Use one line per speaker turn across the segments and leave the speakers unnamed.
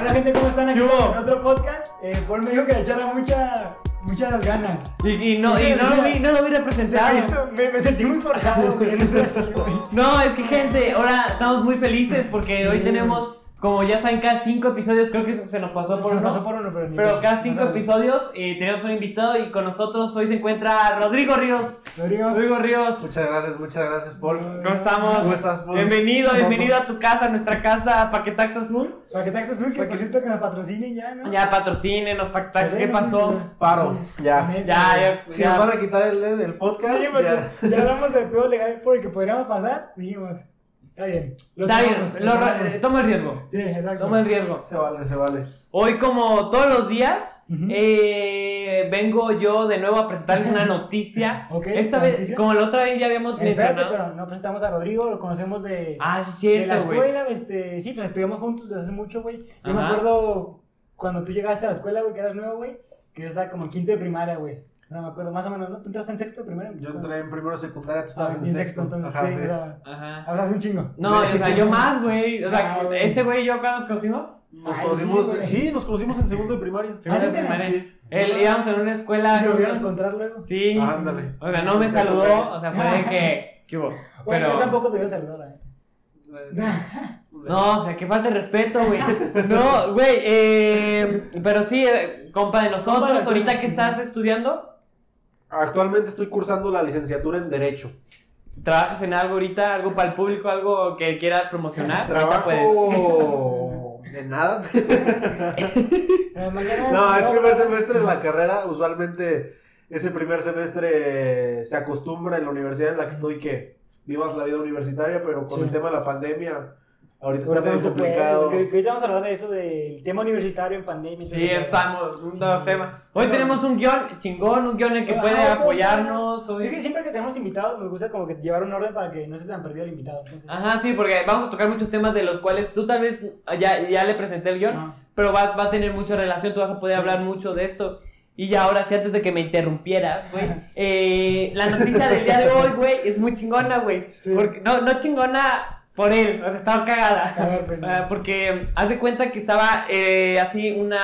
Hola gente, ¿cómo están aquí
¿Qué hubo?
en otro podcast? Eh, Paul me dijo que le echara mucha, muchas ganas.
Y, y no, y no lo vi, no lo hubiera
Me,
presenciado.
hizo- me, me sentí muy forzado, güey, no es así, güey.
No, es que gente, ahora estamos muy felices porque hoy
Sí.
tenemos, como ya saben, cada cinco episodios, creo que se nos pasó por
Se
uno.
pasó por uno, pero ni
Pero
pedo.
cada cinco
Vamos a ver.
episodios eh, tenemos un invitado y con nosotros hoy se encuentra Rodrigo Ríos.
Rodrigo, eh,
Rodrigo Ríos,
Muchas gracias, muchas gracias, Paul.
¿cómo estamos?
¿Cómo estás, Paul?
Bienvenido,
¿Cómo-
bienvenido a tu casa, a nuestra casa, Paquetax Azul.
para que Tax Azul, que por cierto que nos patrocinen ya, ¿no?
Ya patrocínenos, Paquetax, ¿qué
Patrocínenos,
pasó?
güey.
Paro,
La
ya.
neta,
Ya,
güey.
ya,
Si nos van
ya.
a quitar el dedo del podcast,
pues, Sí, porque
ya.
ya, hablamos del pedo legal por el que podríamos pasar, dijimos, está bien. lo
Está bien,
tomamos,
lo-
tomamos.
eh, toma el riesgo.
Sí, exacto.
Toma el riesgo.
se vale, se vale.
Hoy, como todos los días,
Ujú.
eh, vengo yo de nuevo a presentarles una noticia.
Ok,
Esta
¿la
vez,
noticia?
como la otra vez ya habíamos
Espérate,
mencionado.
pero no presentamos a Rodrigo, lo conocemos de...
Ah, sí, es
de la
cierto, güey.
escuela, este, sí, pues estuvimos juntos desde hace mucho, güey. Yo me
Ajá.
acuerdo cuando tú llegaste a la escuela, güey, que eras nuevo, güey, que yo estaba como en quinto de primaria, güey. No me acuerdo, más o menos, ¿no? ¿Tú entraste en sexto de primaria?
Yo entré en primero secundaria, tú
Ah,
estabas en sexto.
entonces,
Ajá,
sí,
sí.
o sea,
Ajá.
o sea, hace un chingo.
No,
Sí.
o sea, yo más, güey. O sea,
Ah, güey.
este güey y yo, cuando nos conocimos?
Nos
Ay,
conocimos,
sí, güey.
sí, nos conocimos en segundo de primaria.
Ah,
Era
¿neta?
primaria.
Sí.
Él íbamos en una escuela.
Y Ah, se volvieron a
juntos.
encontrar luego.
Sí.
Ah, ándale.
O sea, no me
Sí,
saludó.
secundaria.
O sea, fue de que. ¿Qué hubo?
Bueno, yo
Pero.
tampoco te hubiera saludado, la neta.
No, o sea, qué falta de respeto, güey. No, güey, eh, pero sí, eh, compa de
Compa de
nosotros,
nosotros.
ahorita que estás estudiando,
Actualmente estoy cursando la licenciatura en Derecho.
¿trabajas en algo ahorita, algo para el público, algo que quieras promocionar? Ahorita pues. puedes.
Trabajo de nada.
Pero Eh, mañana-
No, es primer semestre de la carrera. Usualmente ese primer semestre eh, se acostumbra en la universidad en la que estoy que vivas la vida universitaria, pero con
Sí.
el tema de la pandemia, ahorita
Ahorita
está
no
medio
se puede,
complicado.
Que, que ahorita vamos a hablar de eso, del tema universitario en pandemia. y todo
Sí,
eso.
estamos, un
Sí.
dos temas. Hoy tenemos un guión chingón, un guión en el que
Ah,
puede
todo
apoyarnos. hoy-
Es que siempre que tenemos invitados nos gusta como que llevar un orden para que no se tan perdido el invitado. entonces-
Ajá, sí, porque vamos a tocar muchos temas de los cuales tú tal vez ya, ya le presenté el guión,
Ajá.
pero va, va a tener mucha relación, tú vas a poder
Ah. Sí.
hablar mucho de esto. Y ya ahora sí, antes de que me interrumpieras, güey, eh, la noticia del día de hoy, güey, es muy chingona, güey.
Sí.
Porque- No, no chingona por él, o sea, estaba cagada.
A ver, pues.
Ah, porque mm, haz de cuenta que estaba eh, así una...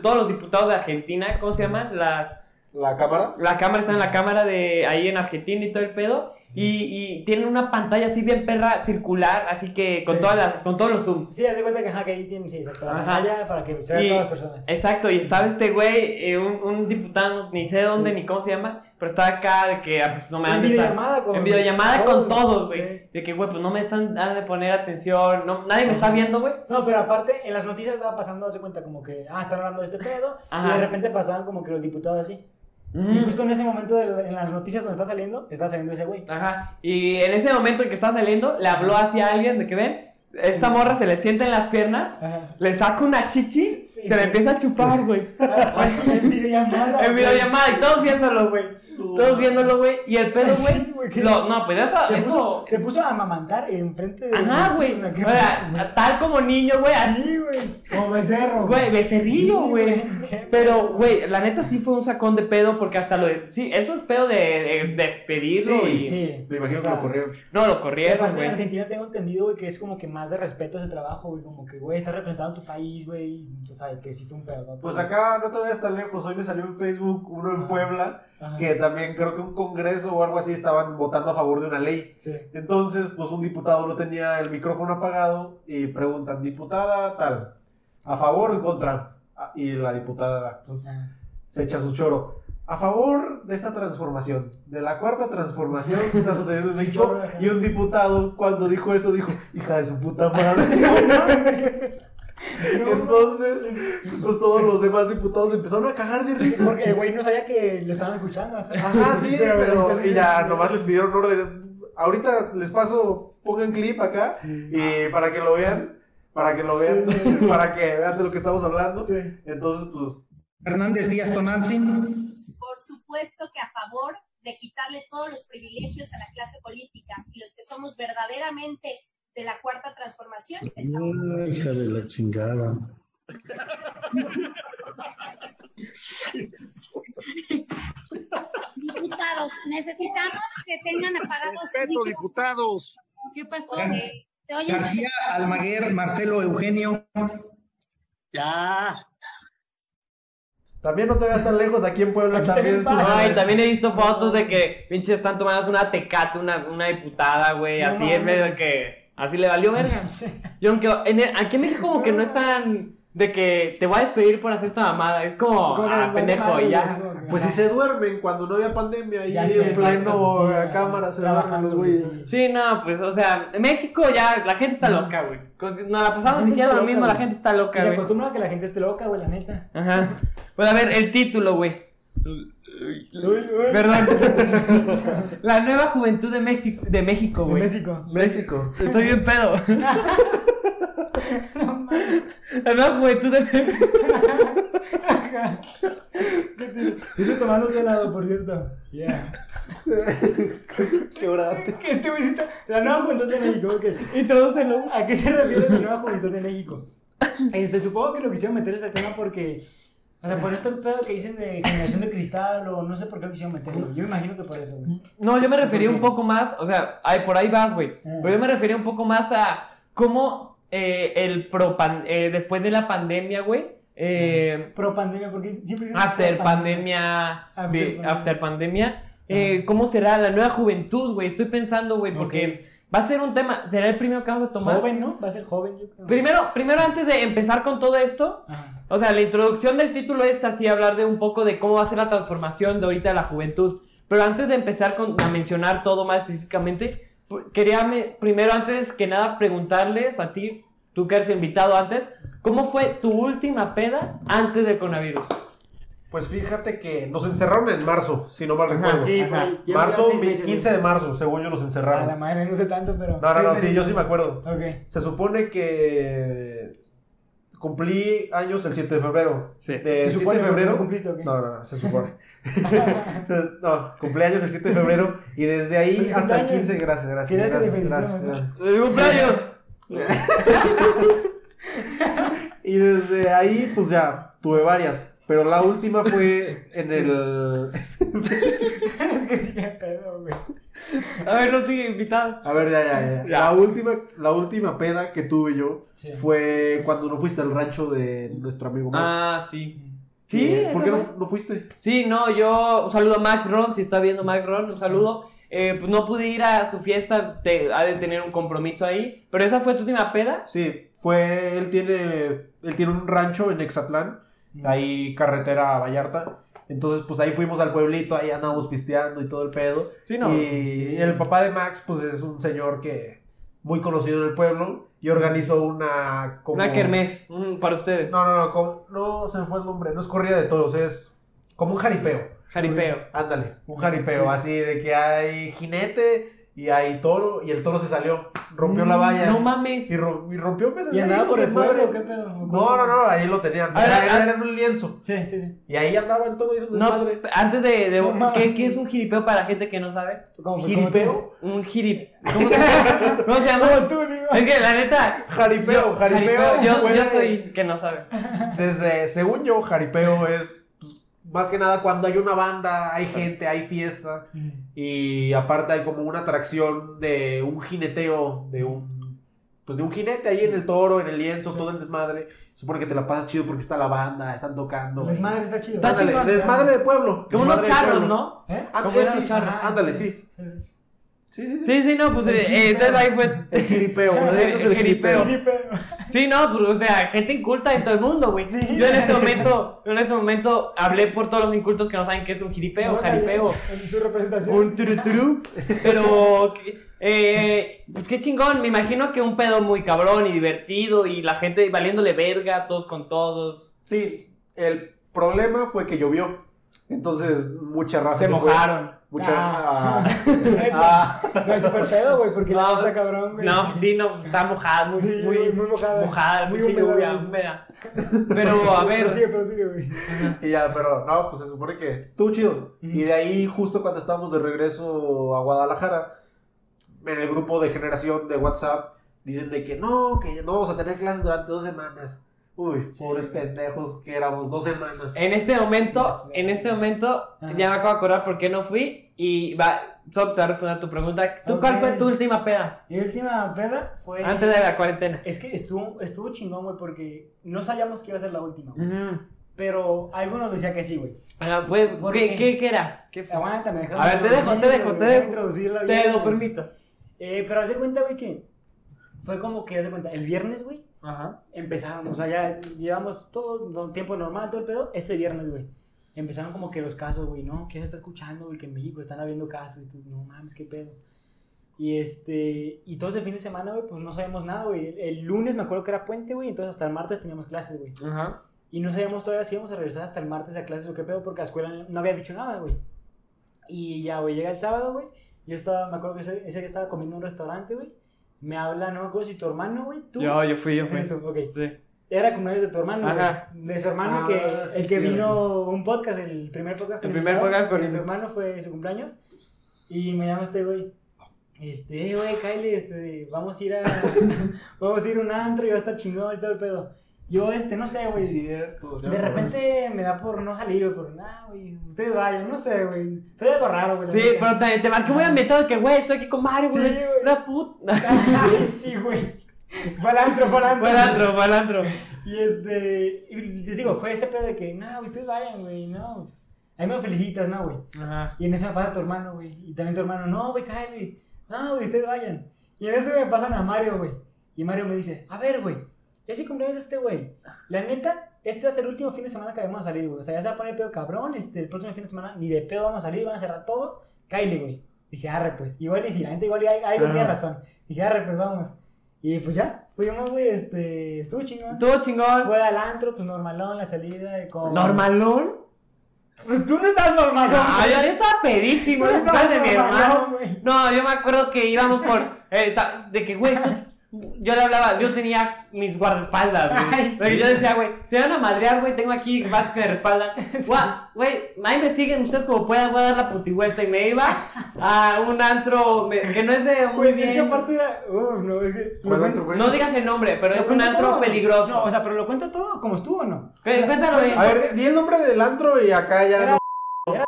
Todos los diputados de Argentina, ¿cómo se llaman? Las...
¿La cámara?
La cámara está en la cámara de ahí en Argentina y todo el pedo. Y, y tienen una pantalla así bien perra circular, así que con,
Sí.
todas las, con todos los zooms.
Sí, haz de cuenta que, ajá, que ahí tienen, sí, exacto, la
Ajá.
pantalla para que se vean
Y-
todas las personas.
Exacto, y estaba este güey, eh, un, un diputado, ni sé dónde ni cómo se llama, pero estaba acá de que ah, pues, no me han
en
de estar-
videollamada con
En videollamada con todos,
sí.
güey. De que, güey, pues no me están han de poner atención, no, nadie me está
Ajá.
viendo, güey.
No, pero aparte, en las noticias estaba pasando, hace cuenta como que, ah, están hablando de este pedo,
Ajá.
y de repente pasaban como que los diputados así. Y pues,
Mm.
justo en ese momento, de- en las noticias donde está saliendo, está saliendo ese güey.
Ajá. Y en ese momento en que estaba saliendo, le habló hacia alguien de que ven, esta
Sí.
morra se le sienta en las piernas,
Ajá.
le saca una chichi,
Sí.
se la empieza a chupar, güey.
Así, en videollamada.
En videollamada y todos viéndolo, güey. Todos viéndolo, güey. Y el pedo,
Sí, güey,
güey.
que-
lo- no, pues eso.
Se
eso
puso, se puso a amamantar enfrente de...
ajá,
sí,
güey.
o sea, qué-
O sea, tal como niño, güey. así,
Sí, güey. Como becerro.
Güey, becerrillo,
Sí,
güey.
qué
Pero,
pedo.
güey, la neta sí fue un sacón de pedo porque hasta lo. de- Sí, eso es pedo de, de- despedirlo
Sí,
y.
Sí.
Me imagino
o
que
sea,
lo corrieron.
No, lo
Y
corrieron,
aparte en
güey.
Argentina tengo entendido, güey, que es como que más de respeto a ese trabajo, güey. Como que, güey, estás representando tu país, güey. O sea, que sí fue un pedo. ¿no?
Pues acá no te vayas tan lejos. Hoy me salió en Facebook uno
Ah.
en Puebla
Ajá.
que también creo que un congreso o algo así estaban votando a favor de una ley.
Sí.
Entonces, pues un diputado no tenía el micrófono apagado y preguntan, diputada tal, ¿a favor o en contra? Ah, Y la diputada pues, se echa su choro. A favor de esta transformación, de la cuarta transformación que está sucediendo en México. Y un diputado cuando dijo eso dijo, hija de su puta madre. Entonces, pues todos los demás diputados empezaron a cagar de
Sí,
risa.
Porque el güey no sabía que lo estaban escuchando. ajá.
Ajá, sí, pero,
pero-
y ya nomás les pidieron orden. Ahorita les paso, pongan clip acá
Eh,
y para que lo vean, para que lo vean, para que vean de lo que estamos hablando. Entonces, pues
Hernández Díaz Tonantzin.
por supuesto que a favor de quitarle todos los privilegios a la clase política y los que somos verdaderamente de la cuarta transformación estamos
Ay, Ah, hija de la chingada.
Diputados, necesitamos que tengan apagados.
respeto,
micro.
diputados.
¿Qué pasó?
Gar-
¿Te oyes?
García Almaguer, Marcelo Eugenio.
Ya.
También no te veas tan lejos, aquí en Puebla también.
pasa?
sus-
Ay, también he visto fotos de que pinches están tomadas una tecate, una, una diputada, güey,
No
así en
mames.
medio de que. Así le valió verga. Yo aunque en el- aquí en México como que no es tan de que te voy a despedir por hacer esta mamada. Es como,
Como que
ah,
vale
pendejo,
madre,
y
güey,
ya.
así como que,
Pues si
ajá.
se duermen cuando no había pandemia y
Ya sé,
en pleno
exacto, sí,
eh,
ajá,
cámara se bajan
trabajando,
los güeyes.
sí.
Sí, no, pues, o sea, en México ya la gente está loca, güey. Cos- Nos la
La
pasamos
gente
diciendo
está
lo
loca,
mismo, la
güey.
gente está
Y
loca,
Se
güey.
acostumbra a que la gente esté loca, güey, la neta.
Ajá. Pues a ver, el título, güey.
¿Verdad?
Perdón. la nueva juventud de México, de México,
De
güey.
México.
México.
Estoy bien pedo.
No mames.
La nueva juventud de México.
Yo estoy tomando de helado, por cierto. Yeah.
Qué brazo.
Que este güey sí está- La nueva juventud de México, ok.
Introdúcelo.
¿A qué se refiere la nueva juventud de México? Este, supongo que lo quisieron meter este tema porque. O sea, por este pedo que dicen de generación de cristal o no sé por qué lo quisieron meterlo. Yo me imagino que por eso, güey.
No, yo me refería un
¿Por qué?
poco más, o sea, ay, por ahí vas, güey.
Ah.
Pero yo me refería un poco más a cómo eh, el pro pan- eh, después de la pandemia, güey, eh,
Pro pandemia, porque siempre dicen.
after
pro
pandemia,
Ah. After
vi-
pandemia.
after pandemia, eh, cómo será la nueva juventud, güey. Estoy pensando, güey, porque va a ser un tema, será el primero que vamos a tomar.
Joven, ¿no? Va a ser joven, yo creo. Ah,
Primero, primero antes de empezar con todo esto,
Ajá.
O sea, la introducción del título es así hablar de un poco de cómo va a ser la transformación de ahorita de la juventud. Pero antes de empezar con, a mencionar todo más específicamente, pu- quería me- primero, antes que nada, preguntarles a ti, tú que eres invitado antes, ¿cómo fue tu última peda antes del coronavirus?
Pues fíjate que nos encerraron en marzo, si no mal
Ajá,
recuerdo.
Sí,
Ajá.
güey, llevo
Marzo,
seis meses,
15 de marzo, según yo los
güey. A la
encerraron.
madre, no sé tanto, pero.
No, no, no, sí, yo sí me acuerdo.
Ok.
Se supone que cumplí años el 7 de febrero.
Sí.
De
¿Se
7 de
supone que
febrero
cumpliste o qué?
No, no, no, se supone. no, cumpleaños el 7 de febrero y desde ahí
Feliz
hasta el
cumpleaños.
15, gracias, gracias.
Quería que te
gracias,
felicitáramos,
gracias, gracias.
pues. ¡Cumpleaños!
Y desde ahí pues ya tuve varias, pero la última fue en el
es que sí, qué pedo, güey.
A ver, no sigue invitado.
A ver, ya, ya, ya.
Ya.
La última la última peda que tuve yo
Sí.
fue cuando no fuiste al rancho de nuestro amigo Max.
Ah, sí. Sí,
Sí,
ese
¿por qué
fue.
no, no fuiste?
Sí, no, yo un saludo a Max Ron, si está viendo Max Ron, un saludo. Eh, pues no pude ir a su fiesta, te- ha de tener un compromiso ahí. Pero esa fue tu última peda.
Sí, fue él tiene él tiene un rancho en Exatlán,
Mm.
ahí carretera a Vallarta. Entonces, pues ahí fuimos al pueblito, ahí andábamos pisteando y todo el pedo.
Sí, no.
Y el papá de Max, pues es un señor que muy conocido en el pueblo y organizó una como-
Una kermés, un- para ustedes.
No, no, no, como- no se me fue el nombre, no es corrida de toros, es como un jaripeo.
Jaripeo.
Ándale, un jaripeo así de que hay jinete y hay toro y el toro se salió, rompió la valla.
Mm, No mames.
Y, ro- y rompió pues,
¿Y
ahí
andaba
hizo
por el
desmadre.
pueblo o qué pedo? ¿O
No,
cómo?
no, no, ahí lo tenían.
A ver,
Era,
a-
era en un lienzo.
Sí, sí, sí.
Y ahí andaba el toro hizo un
ah. No,
desmadre.
antes de. de-
No mames.
¿qué, qué es un jiripeo para la gente que no sabe?
Como, como
¿Jiripeo?
Un jirip. ¿Cómo se llama? ¿Cómo se llama?
tú. Como tú, digo.
Es que la neta.
Jaripeo,
yo-
jaripeo.
Yo,
fue-
yo soy que no sabe.
Desde, según yo, jaripeo es pues, más que nada cuando hay una banda, hay gente, hay fiesta. Y aparte hay como una atracción de un jineteo, de un. Pues de un jinete ahí en el toro, en el lienzo, todo el desmadre. Supone que te la pasas chido porque está la banda, están tocando.
El desmadre está chido.
Está
Ándale,
chingón.
desmadre de pueblo.
Como
desmadre
unos
de
charros,
pueblo.
¿no?
¿Eh?
¿Eh? Ah,
Como
eh,
unos
sí,
charros.
ajá, ándale, sí.
Sí, sí.
Sí, sí, sí.
Sí, sí, no, pues
El
eh,
jiripeo.
entonces ahí fue.
El jiripeo, de eso es el
El jiripeo.
jiripeo.
Jiripeo.
Sí, no, pues, o sea, gente inculta de todo el mundo, güey.
Sí.
Yo en este momento, yo en este momento hablé por todos los incultos que no saben qué es un jiripeo,
Órale,
jaripeo,
En su representación.
un turuturu. Pero, eh, pues qué chingón, me imagino que un pedo muy cabrón y divertido y la gente valiéndole verga, todos con todos.
Sí, el problema fue que llovió. Entonces, mucha raza.
Se
Ah, fue.
mojaron.
Mucha.
Ah.
Ah.
Neta. No, es súper pedo, güey, porque la
No,
la está cabrón, güey.
No, pues, sí, no, pues, está mojada, muy,
Sí,
muy,
muy mojada.
muy
Muy
mucha
húmeda,
lluvia,
güey.
húmeda. Pero, a ver,
Pero sigue, pero sigue, güey.
Y ya, pero no, pues se supone que estuvo chido.
Ujú.
Y de ahí, justo cuando estábamos de regreso a Guadalajara, en el grupo de generación de WhatsApp, dicen de que no, que no vamos a tener clases durante dos semanas. Uy,
Sí. Eh,
pobres pendejos que éramos dos semanas.
En este momento,
Ya sé.
en este momento,
Ajá.
ya me acabo de acordar por qué no fui. Y va, Sob, te va a responder a tu pregunta. ¿Tú
Ok.
cuál fue tu última peda?
Mi última peda fue.
Antes de la cuarentena.
Es que estuvo, estuvo chingón, güey, porque no sabíamos que iba a ser la última. güey.
Ujú.
Pero algo nos decía que sí, güey.
Ah, pues,
¿Por
¿qué,
qué?
qué, qué era? ¿Qué fue?
Aguanta, me dejas
A ver, te dejo, te dejo,
güey,
te
déjame
dejo.
introducirla
Te
bien,
lo
güey.
permito.
Eh, pero hace cuenta, güey, que fue como que, hace cuenta, el viernes, güey,
Ajá.
empezaron, o sea, ya llevamos todo no- tiempo normal, todo el pedo, ese viernes, güey. Empezaron como que los casos, güey, ¿no? ¿Qué se está escuchando, güey? Que en México están habiendo casos. Y tú, no mames, qué pedo. Y este, y todo ese fin de semana, güey, pues no sabíamos nada, güey. El, el lunes me acuerdo que era puente, güey, entonces hasta el martes teníamos clases, güey.
Ajá.
Y no sabíamos todavía si íbamos a regresar hasta el martes a clases o qué pedo, porque la escuela no había dicho nada, güey. Y ya, güey, llega el sábado, güey. Yo estaba, me acuerdo que ese, ese que estaba comiendo en un restaurante, güey. Me habla, no me acuerdo si tu hermano, güey, tú.
Yo, yo fui, yo fui.
Tú, ok.
Sí.
Era cumpleaños de tu hermano. güey.
Ajá.
De su hermano,
Ah,
que,
sí,
el que
cierto.
vino un podcast, el primer podcast.
El
me
primer
invitaron,
podcast con
de
el-
su hermano fue su cumpleaños. Y me llama este güey. Este, eh, güey, Kyle, este, vamos a ir a. vamos a ir a un antro y va a estar chingón y todo el pedo. Yo, este, no sé, güey.
Sí, cierto.
De
ya me acuerdo.
repente me da por no salir, güey, por nada, güey. Ustedes vayan, no sé, güey. Soy algo raro, güey. la
Sí,
neta.
pero te, te marqué muy ambientado que, güey, estoy aquí con Mario,
Sí,
güey.
güey.
Una puta.
Ay, sí, güey. Fue al antro, fue al antro.
Fue al antro, fue al antro.
Y este, y les digo, fue ese pedo de que, no, ustedes vayan, güey, no, pues, ahí me felicitas, no, güey.
Ajá.
Y en eso me pasa tu hermano, güey, y también tu hermano, no, güey, cállate, no, güey, ustedes vayan. Y en eso me pasan a Mario, güey, y Mario me dice, a ver, güey, ya se cumpleaños de este, güey, la neta, este va a ser el último fin de semana que vamos a salir, güey, o sea, ya se va a poner pedo cabrón, este, el próximo fin de semana ni de pedo vamos a salir, van a cerrar todo, cállate, güey. Dije, arre, pues, igual y si la gente igual y hay- algo
Ajá.
tiene razón. Dije, arre, pues, vamos. Y pues ya, fuimos, güey, este, estuvo chingón.
Estuvo chingón.
Fue al antro, pues normalón, la salida de con...
¿Normalón?
Pues tú no estás normalón.
No,
güey.
yo, yo estaba
Tú
pedísimo.
no
No,
estabas
de mi hermano.
normalón, güey.
No, yo me acuerdo que íbamos por. eh, ta- de que, güey, eso- yo le hablaba, yo tenía mis guardaespaldas, güey.
Ay, sí.
Porque Yo decía, güey, se van a madrear, güey, tengo aquí vatos que me respaldan. Gua- Güey, ahí me siguen ustedes como puedan, voy a dar la putihuelta. Y me iba a un antro me- que no es de muy
Güey, es que
bien.
aparte era... Uf, no, es que...
¿Cuál
lo
antro
cuento-
fue?
No digas el nombre, pero
¿lo
es un
cuento
antro
todo?
peligroso.
No, o sea, pero lo cuento todo como estuvo o no.
Cu- Cuéntalo, güey.
A ver, di el nombre del antro y acá ya
Era-
no.
era-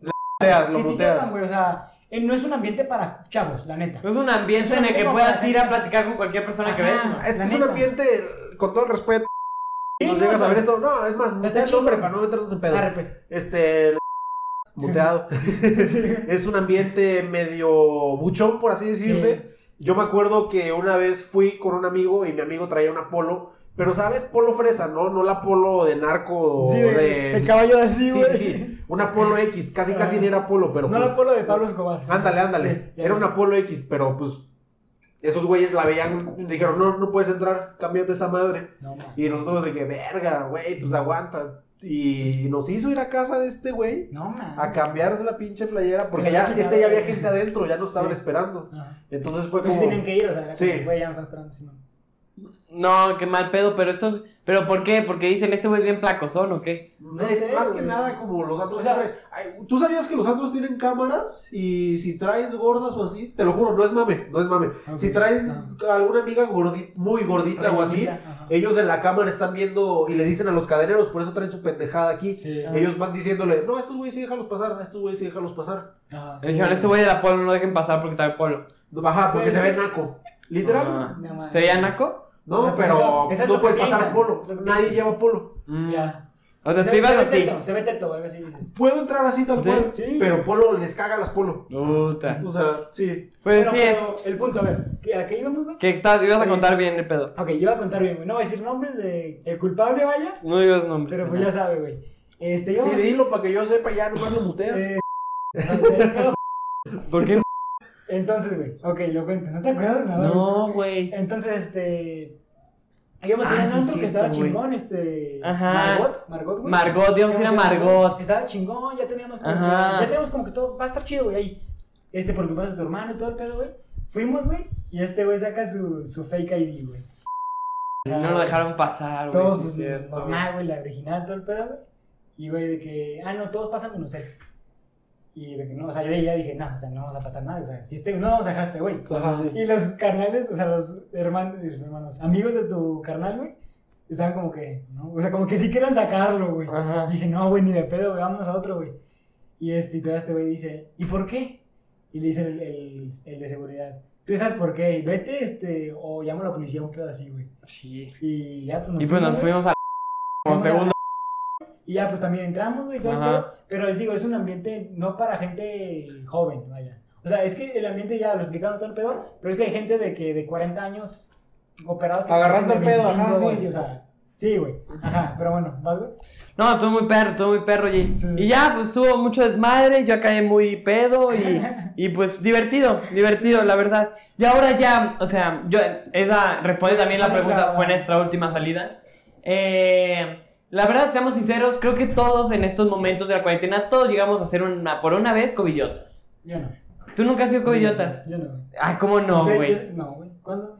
Lo muteas, lo
Que sí sepan,
muteas.
güey, o sea, eh, no es un ambiente para chavos, la neta.
Es un ambiente
Es un
en el que
ambiente
puedas
para
ir a
gente.
platicar con cualquier persona que
Ajá.
veas.
Es que
La
es un
neta.
ambiente, con todo el respeto.
Sí,
Nos
no,
llegas
o
a ver
sea,
esto. No, es más, mutea el
chido.
nombre para no meternos en pedo.
Arre, pues.
Este. el- Muteado. es un ambiente medio buchón, por así decirse. Yo me acuerdo que una vez fui con un amigo y mi amigo traía una polo. Pero, ¿sabes? Polo fresa, ¿no? No la polo de narco o
Sí,
de...
de- el caballo así,
Sí,
güey.
sí, sí. Una polo X. Casi, casi
Ah.
ni era polo, pero
No
pues,
la polo de Pablo Escobar.
Ándale, ándale.
Sí,
Era una Polo X, pero pues esos güeyes la veían, dijeron, no, no puedes entrar, cámbiate esa madre.
No, ma.
Y nosotros de que, verga, güey, pues aguanta. Y nos hizo ir a casa de este güey
No, man.
a cambiarse la pinche playera, porque
Sí,
ya,
ya.
este ya había gente adentro, ya nos estaban
Sí.
esperando. Entonces
Entonces
fue como...
Pues tenían que ir, o sea, era
Sí.
como, güey, ya me están esperando. sí, no.
No, qué mal pedo, pero eso. ¿Pero por qué? Porque dicen, este güey es bien placozón o qué.
No
Es
sé,
más
güey.
que nada como los antros
O sea,
siempre- ay, ¿Tú sabías que los antros tienen cámaras? Y si traes gordas o así, te lo juro, no es mame, no es mame.
Ah, Ok, ah.
Si traes
no.
alguna amiga gordi- muy gordita o así,
Ajá.
Ellos en la cámara están viendo y le dicen a los cadeneros, por eso traen su pendejada aquí.
Sí.
Ellos van diciéndole, no, a estos güeyes sí déjalos pasar, a estos güeyes sí déjalos pasar.
Ajá,
Le dijeron,
Ah, sí.
este güey de la polo no lo dejen pasar porque trae polo.
Ajá, porque
Pues,
se ve naco. Literal.
Ah.
No, man.
¿Sería naco?
No,
Pues
pero
eso- eso es
no
lo que
puedes pasar
piensan,
polo.
lo que
Nadie
piensan.
lleva polo.
Mm.
Ya.
O sea,
Se-
tú ibas
se ve
así.
teto, Se ve teto, algo así dices.
Puedo entrar así tal
Sí,
cual,
sí.
pero polo les caga las polo.
Puta.
O sea, sí.
Pues
Pero,
sí, es-
pero el punto, a ver, ¿que- ¿a qué íbamos, güey?
que estás, ibas a contar bien el pedo.
Ok, yo voy a contar bien, güey. No voy a decir nombres de. El culpable, vaya.
No digas nombres.
Pero
ni
pues ya
nada.
sabe, güey. Este, yo.
Sí, dilo para que yo sepa, ya nomás lo muteas.
Eh, entonces, pero-
¿Por qué?
eh, Entonces, güey. Ok, lo cuento. ¿No te acuerdas de nada? güey?
No, güey.
Entonces, este. Íbamos a ir
Ah,
a un
sí,
antro que
cierto,
estaba
güey.
chingón, este.
Ajá.
Margot, Margot, güey.
Margot, íbamos a ir a
Íbamos
Margot.
Estaba chingón, ya teníamos como
Ajá.
que. Ya teníamos como que todo. Va a estar chido, güey, ahí. Este, porque pasa tu hermano y todo el pedo, güey. Fuimos, güey. Y este güey saca su, su fake ID, güey.
No lo dejaron pasar, güey.
Todos,
sí es
pues,
cierto.
normal, güey, la original, todo el pedo, güey. Y, güey, de que, ah, no, todos pasan menos él. Y de que, no, o sea, yo ya dije, no, o sea, no vamos a pasar nada, o sea, si este, no vamos a dejar a este güey.
Ajá, sí.
Y los carnales, o sea, los hermanos, hermanos, amigos de tu carnal, güey, estaban como que, ¿no? O sea, como que sí querían sacarlo, güey.
Ajá.
Dije, no, güey, ni de pedo, güey, vámonos a otro, güey. Y este, y todavía este güey dice, ¿y por qué? Y le dice el, el- el de seguridad, ¿tú sabes por qué? Vete, este, o llamo a la policía, un pedo así, güey.
Sí.
Y ya, pues nos
Y pues nos
güey.
fuimos a como
Fuimos a la-
segundo.
Y ya, pues también entramos, güey, todo el
Ajá.
pedo. Pero les digo, es un ambiente no para gente joven, vaya. O sea, es que el ambiente ya lo explicamos todo el pedo, pero es que hay gente de que de 40 años operados. que
Agarrando
parecen de
el pedo, ajá,
25,
sí.
güey, o sea, sí, güey. Ajá, pero bueno, ¿vas, güey?
No, estuvo muy perro, estuvo muy perro, G.
Sí.
Y ya, pues tuvo mucho desmadre, yo acabé muy pedo y, y, pues divertido, divertido, la verdad. Y ahora ya, o sea, yo, esa, responde también la
Fue nuestra-
pregunta, fue nuestra última salida. Eh, la verdad, seamos sinceros, creo que todos en estos momentos de la cuarentena, todos llegamos a ser una, por una vez, covidiotas.
Yo no.
¿Tú nunca has sido covidiotas?
Yo no, güey.
Ay, ¿cómo no,
Usted-
güey?
yo- No, güey. ¿Cuándo?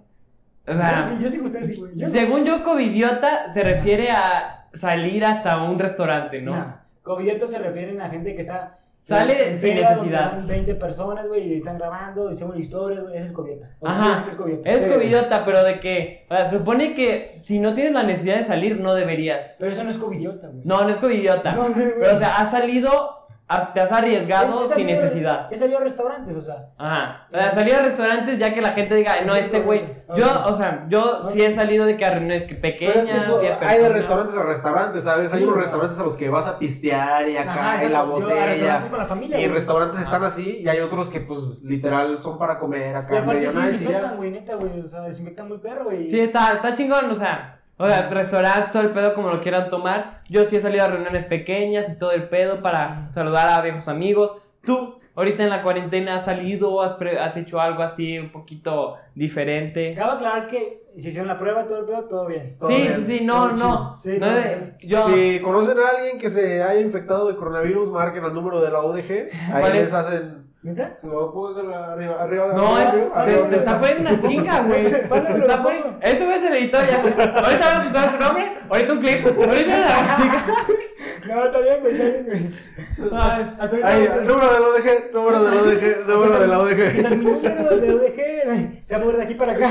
O sea,
Sí, yo sí que ustedes sí, güey. Yo
Según yo, covidiota se refiere a salir hasta un restaurante, ¿no?
Nah, covidiotas se refieren a gente que está.
Sale
en
sin
peda donde
necesidad.
van 20 personas, güey, y están grabando, y según historias, güey. Ese es covidiota. O
Ajá.
sea, Es covidiota.
Es
Sí,
covidiota, pero de que o sea, supone que si no tienes la necesidad de salir, no deberías.
Pero eso no es covidiota, güey.
No, no es covidiota.
Entonces, güey.
pero o sea, has salido, has- te has arriesgado
He- he
sin
salido-
necesidad.
He salido a restaurantes, o sea.
Ajá. O sea, salir a restaurantes ya que la gente diga,
Es
no,
el
este güey.
covidiota.
Yo, o sea, yo sí he salido de que a reuniones que pequeñas.
Pero es que tú-
diez
hay de
personas.
restaurantes a restaurantes, ¿sabes? Hay
Sí,
unos
güey.
restaurantes a los que vas a pistear y acá
Ajá,
y la
exacto, yo a restaurantes
botella.
con la familia.
Y
güey.
restaurantes están así y hay otros que pues literal son para comer
Y
acá.
aparte
medio
sí
nice, y
desinfectan,
ya.
güey, neta, güey. O sea, desinfectan muy perro, güey.
Sí, está, está chingón, o sea, o sea, restaurante, todo el pedo como lo quieran tomar. Yo sí he salido a reuniones pequeñas y todo el pedo para saludar a viejos amigos. Tú, ahorita en la cuarentena, has salido, has, pre- has hecho algo así un poquito diferente.
Acaba de aclarar que se hicieron la prueba, todo el pedo, todo bien.
Todo
Sí, sí,
bien.
sí, no,
todo
no.
chido. Sí,
no
todo
de-
bien.
yo,
Si conocen a alguien que se haya infectado de coronavirus, marquen el número de la ODG. Ahí
¿Cuál
les
es?
hacen.
¿Neta?
Lo pongo arriba, arriba.
No,
arriba,
es-
arriba,
te,
arriba.
te está poniendo una chinga, güey. Te
Pásamelo,
está poni-
pásamelo.
Este güey es el editor, ya. sé. Ahorita vas a usar su nombre, ahorita un clip, ahorita la chica.
No, está bien, güey, está bien, güey.
Ay.
Hasta ahorita-
Ahí, número de la ODG, número de la ODG, número de la
Es
ODG.
el número de ODG, se va a mover de aquí para acá.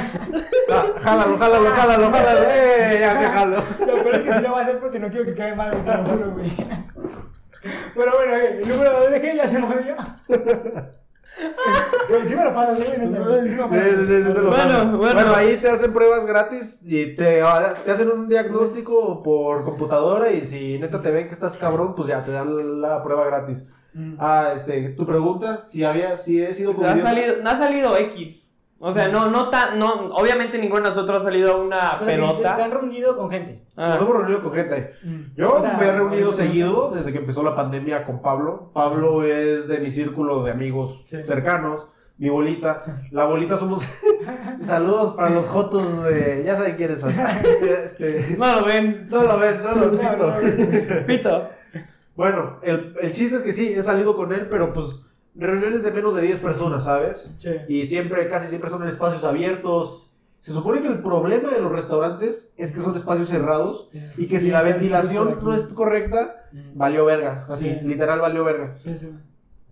Ah, Jálalo, jálalo, jálalo, jálalo. Eh, ya me jalo.
Lo peor es que sí lo voy a hacer porque no quiero que quede mal, güey, te lo juro, güey. Bueno, bueno, eh, el número de ODG ya se movió. Pero encima lo pasas, güey, neta, güey, sí me lo
Sí,
pasas.
sí, sí, sí, te lo
Bueno,
paso.
bueno.
Bueno, ahí te hacen pruebas gratis y te, ah, te hacen un diagnóstico por computadora y si neta te ven que estás cabrón, pues ya te dan la prueba gratis.
Mm.
Ah, este, tu pregunta, si había, si he sido
O sea, Pues, ha
covidiota.
salido, no ha salido X. O sea, no, no tan, no, obviamente ninguno de nosotros ha salido a una
O sea, que se, se
pelota.
han reunido con gente.
Nos
Ah,
hemos reunido con gente. Yo
O sea,
me he reunido
o sea,
seguido desde que empezó la pandemia con Pablo. Pablo es de mi círculo de amigos
Sí.
cercanos. Mi bolita. La bolita somos. Saludos para los Jotos de. Ya saben quiénes son. Este,
No lo ven,
No lo ven, no lo
No,
pito.
no, no.
pito.
Bueno, el, el chiste es que sí, he salido con él, pero pues reuniones de menos de 10 personas, ¿sabes?
Che.
Y siempre, casi siempre son en espacios abiertos. Se supone que el problema de los restaurantes es que son espacios cerrados y que si la
está
ventilación
aquí.
no es correcta,
Mm.
valió verga. Así,
Sí.
literal valió verga.
Sí, sí.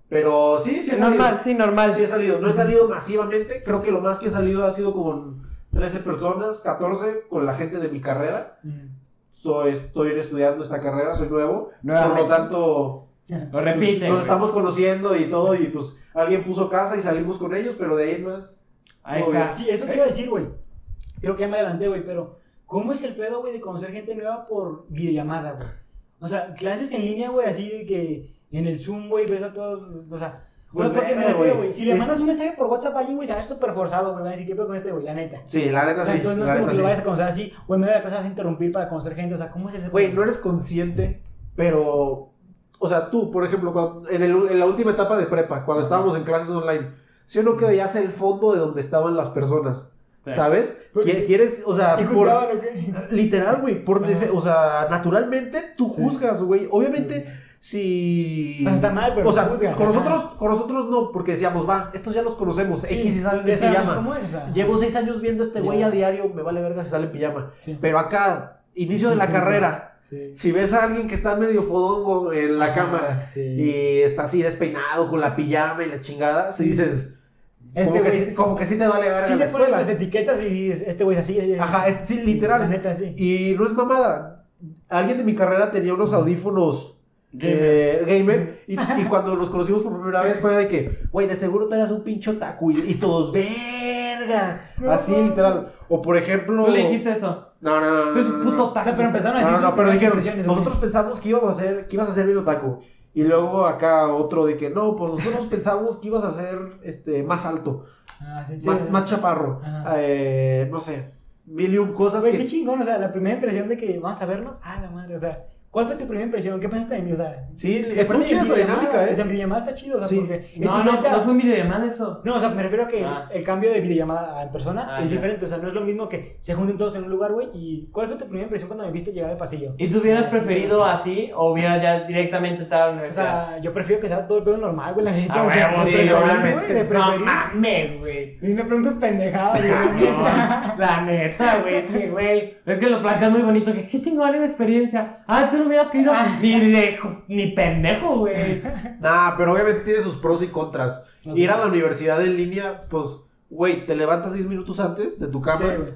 Pero sí, sí he salido.
Normal, sí, normal.
Sí he salido. No he salido masivamente. Creo que lo más que he salido ha sido con 13 personas, 14 con la gente de mi carrera.
Mm.
Soy, estoy estudiando esta carrera, soy nuevo. Por lo
Nuevamente.
tanto,
Lo
pues,
repite.
nos
güey.
estamos conociendo y todo, y pues alguien puso casa y salimos con ellos, pero de ahí no es.
Ahí
Muy
está.
Sí, eso te iba a decir, güey. Creo que ya me adelanté, güey, pero ¿cómo es el pedo, güey, de conocer gente nueva por videollamada, güey? O sea, clases en línea, güey, así de que en el Zoom, güey, ves a todos, o sea...
Pues
o sea, porque me
verga,
refiero,
güey.
güey, Si le
Es-
mandas un mensaje por WhatsApp a alguien, güey, se va a ver súper forzado, güey. Van a decir, ¿qué pedo con este, güey? La neta.
Sí, la
O sea,
neta Ah, sí.
entonces no
la
es como
neta
que lo
sí.
vayas a conocer así, o en medio de la clase vas a interrumpir para conocer gente, o sea, ¿cómo es el
Güey, no eres consciente, pero. O sea, tú, por ejemplo, cuando- en, el- en la última etapa de prepa, cuando estábamos en clases online, si uno que veías el fondo de donde estaban las personas,
Sí.
¿sabes?
Porque-
Qui- Quieres, o sea,
¿Y
por-
juzgaban o qué?
Literal, güey, por
Ajá.
dese- o sea, naturalmente tú
Sí.
juzgas, güey. Obviamente, si.
O sea, está mal, pero
O sea,
juzgas,
con
ajá.
nosotros, con nosotros no, porque decíamos, va, estos ya los conocemos,
Sí,
X y salen
ya
en
sabemos
pijama.
cómo es, o sea.
Llevo seis años viendo a este güey
Ya.
a diario, me vale verga si sale en pijama.
Sí.
Pero acá, inicio de la
Sí,
carrera,
sí.
si ves a alguien que está medio fodongo en la
Ajá,
cámara
sí.
y está así despeinado con la pijama y la chingada, si
Sí.
dices,
Este
como, que
güey-
sí, como que sí te vale verga
Sí,
la
le pones
escuela.
las etiquetas y dices, este güey es así. es-
Ajá, es, sí,
La
literal.
neta, sí.
Y no es mamada. Alguien de mi carrera tenía unos audífonos eh, gamer. Y, y cuando nos conocimos por primera vez fue de que, güey, de seguro tú eras un pinche otaku. Y, y todos, verga.
No,
Así,
no.
literal. O por ejemplo.
Tú le dijiste eso.
No, no, no.
Tú eres
no, no, no.
puto
O sea, pero
taco.
empezaron a
No,
decir.
no, no,
sus
pero
primeras
dijeron,
impresiones, güey.
nosotros pensamos que íbamos a hacer, que ibas a ser bien otaku. Y luego acá otro de que no, pues nosotros pensamos que ibas a ser este más alto,
Ah, sí, sí,
más,
sí.
más chaparro,
Ajá.
eh, no sé, mil y un cosas
Güey, qué
que
chingón, o sea, la primera impresión de que vamos a vernos, ah, la madre, o sea, ¿cuál fue tu primera impresión? ¿Qué pensaste de mí? O sea,
sí, estuvo
aparte,
chida
mi
esa
llamada,
dinámica,
O sea,
eh.
mi videollamada está chido, o sea,
Sí.
porque es
No, no,
diferente a-
no fue mi demanda eso.
No, o sea, me refiero a que
Ah.
el cambio de videollamada en persona
Ah,
es
ya.
diferente, o sea, no es lo mismo que se junten todos en un lugar, güey, y ¿cuál fue tu primera impresión cuando me viste llegar al pasillo?
¿Y tú hubieras preferido así o hubieras ya directamente entrado a la
O
universidad?
sea, yo prefiero que sea todo el pedo normal, güey, la neta,
Ah,
o sea,
huevo,
pues,
sí,
preferir,
obviamente.
güey, de
no
preferir.
mames, güey.
Y me preguntas pendejadas, güey, la neta.
No, la neta, güey, es que, güey, es que lo planteas muy bonito, que qué chingón es la experiencia. Ah, tú no hubieras querido ni, lejo- ni pendejo, güey.
Nah, pero obviamente tiene sus pros y contras.
Ok.
Ir a la universidad en línea, pues, güey, te levantas seis minutos antes de tu
Sí,
cama,
güey.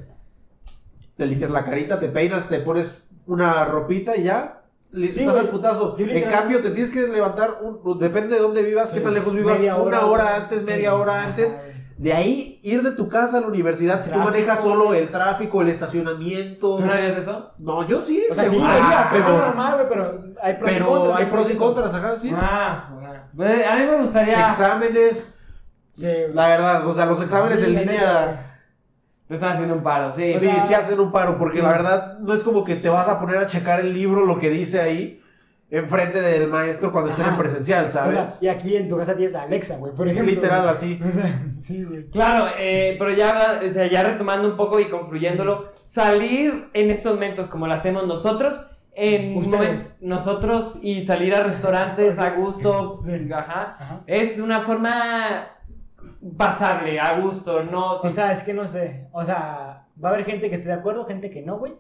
te limpias la carita, te peinas, te pones una ropita y ya. Le
Sí,
das
güey.
al putazo.
Yo
En
literal-
cambio, te tienes que levantar, un- depende de dónde vivas, qué tan lejos vivas,
Media
una
güey.
hora antes,
Sí.
media hora
Ajá,
antes.
güey.
De ahí, ir de tu casa a la universidad, si tú
Tráfico,
manejas solo
güey.
el tráfico, el estacionamiento.
¿Tú no harías eso? Ah,
No, yo sí,
O sea,
me
sí,
gustaría,
estaría,
pero-
ajá, normal, güey, pero hay
pero,
pros y contras.
hay
güey,
pros y contras, ajá, sí.
Ah, bueno. Güey, a mí me gustaría...
Exámenes,
Sí, güey.
la verdad, o sea, los exámenes
Sí,
en
la
línea.
neta, güey.
Te están haciendo un paro, sí.
Sí,
sea,
sí hacen un paro, porque
sí.
la verdad no es como que te vas a poner a checar el libro, lo que dice ahí, enfrente del maestro cuando estén
Ajá.
en presencial,
O sea,
¿sabes?
y aquí en tu casa tienes a Alexa, güey, por ejemplo.
Literal
güey.
así.
O sea, sí, güey.
Claro, eh, pero ya, habla- o sea, ya retomando un poco y concluyéndolo, salir en estos momentos como lo hacemos nosotros, en
Ustedes.
momentos- nosotros y salir a restaurantes a gusto,
Sí.
ajá,
Ajá.
es de una forma pasable, a gusto, no...
O sea, es que no sé. O sea, va a haber gente que esté de acuerdo, gente que no, güey.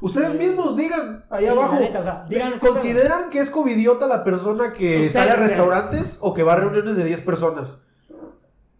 Ustedes mismos digan ahí
Sí,
abajo.
la neta, o sea, díganos qué
¿Consideran que es covidiota la persona que
Ustedes,
sale a
ustedes.
restaurantes o que va a reuniones de 10 personas?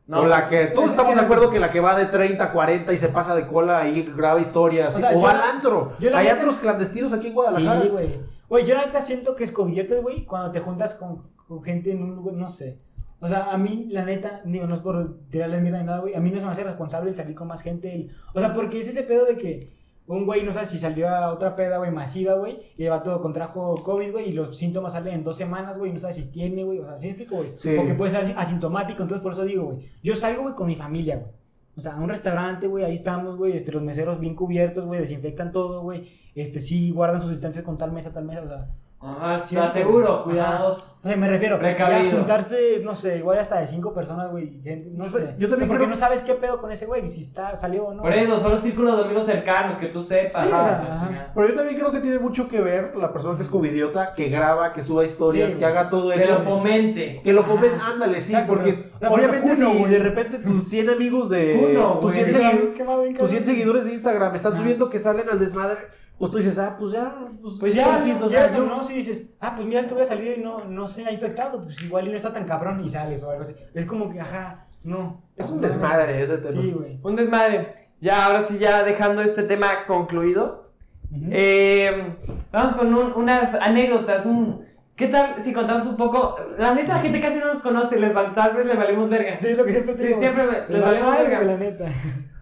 no,
O la que todos
Es-
estamos de
es-
acuerdo que la que va de 30, 40 y se pasa de cola y graba historias.
O sea,
o
yo
va
la-
al antro.
yo la
Hay
neta-
antros clandestinos aquí en
Sí,
Guadalajara.
güey. Güey, yo la neta siento que es covidiotas, güey, cuando te juntas con, con gente en un lugar, no sé. O sea, a mí, la neta, digo, no es por tirarles mierda ni nada, güey. A mí no se me hace responsable el salir con más gente. el- O sea, porque es ese pedo de que un güey, no sé si salió a otra peda, güey, masiva, güey, y el vato contrajo COVID, güey, y los síntomas salen en dos semanas, güey, y no sabes si tiene, güey. O sea, ¿sí me explico, güey?
Sí.
Porque puede ser asintomático, entonces por eso digo, güey. Yo salgo, güey, con mi familia, güey. O sea, a un restaurante, güey, ahí estamos, güey, este, los meseros bien cubiertos, güey, desinfectan todo, güey este sí guardan sus distancias con tal mesa, tal mesa, o sea,
Ajá, sí,
Siempre.
aseguro, cuidados.
o sea, me refiero,
Precavido.
ya juntarse, no sé, igual hasta de cinco personas, güey, gente, no
Yo
sé,
también
porque
creo-
no sabes qué pedo con ese güey, si está, salió o no.
Por eso, son los círculos de amigos cercanos, que tú sepas.
Sí, o
ah,
sea,
la
ajá.
chingada.
Pero yo también creo que tiene mucho que ver la persona que es covidiota, que graba, que suba historias,
Sí,
que haga todo
Que lo
eso.
fomente.
Que lo fomen,
Ajá.
ándale, sí,
Exacto,
porque
pero- o sea,
obviamente
pero culo,
si
güey.
de repente tus 100 amigos de...
Culo,
tus,
güey.
100
¿Qué va-
seguid-
qué va a ver,
tus
cabrón?
100 seguidores de Instagram están
Ah.
subiendo que salen al desmadre, pues tú dices, ah, pues ya, pues,
Pues ya,
X, o sea,
llegas
yo-
o no, si dices, ah, pues mira, este voy a salir y no, no se ha infectado, pues igual y no está tan cabrón y sales o algo así. Es como que, ajá, no.
Es un desmadre ese tema.
Sí, güey.
Un desmadre. Ya, ahora sí, ya dejando este tema concluido.
Ujú.
Eh, vamos con un- unas anécdotas. Un, ¿Qué tal si contamos un poco? La neta, la gente casi no nos conoce, les val- tal vez les valemos verga.
sí, es lo que siempre te
Sí,
digo.
siempre me- les vale
madre,
verga.
güey, la neta.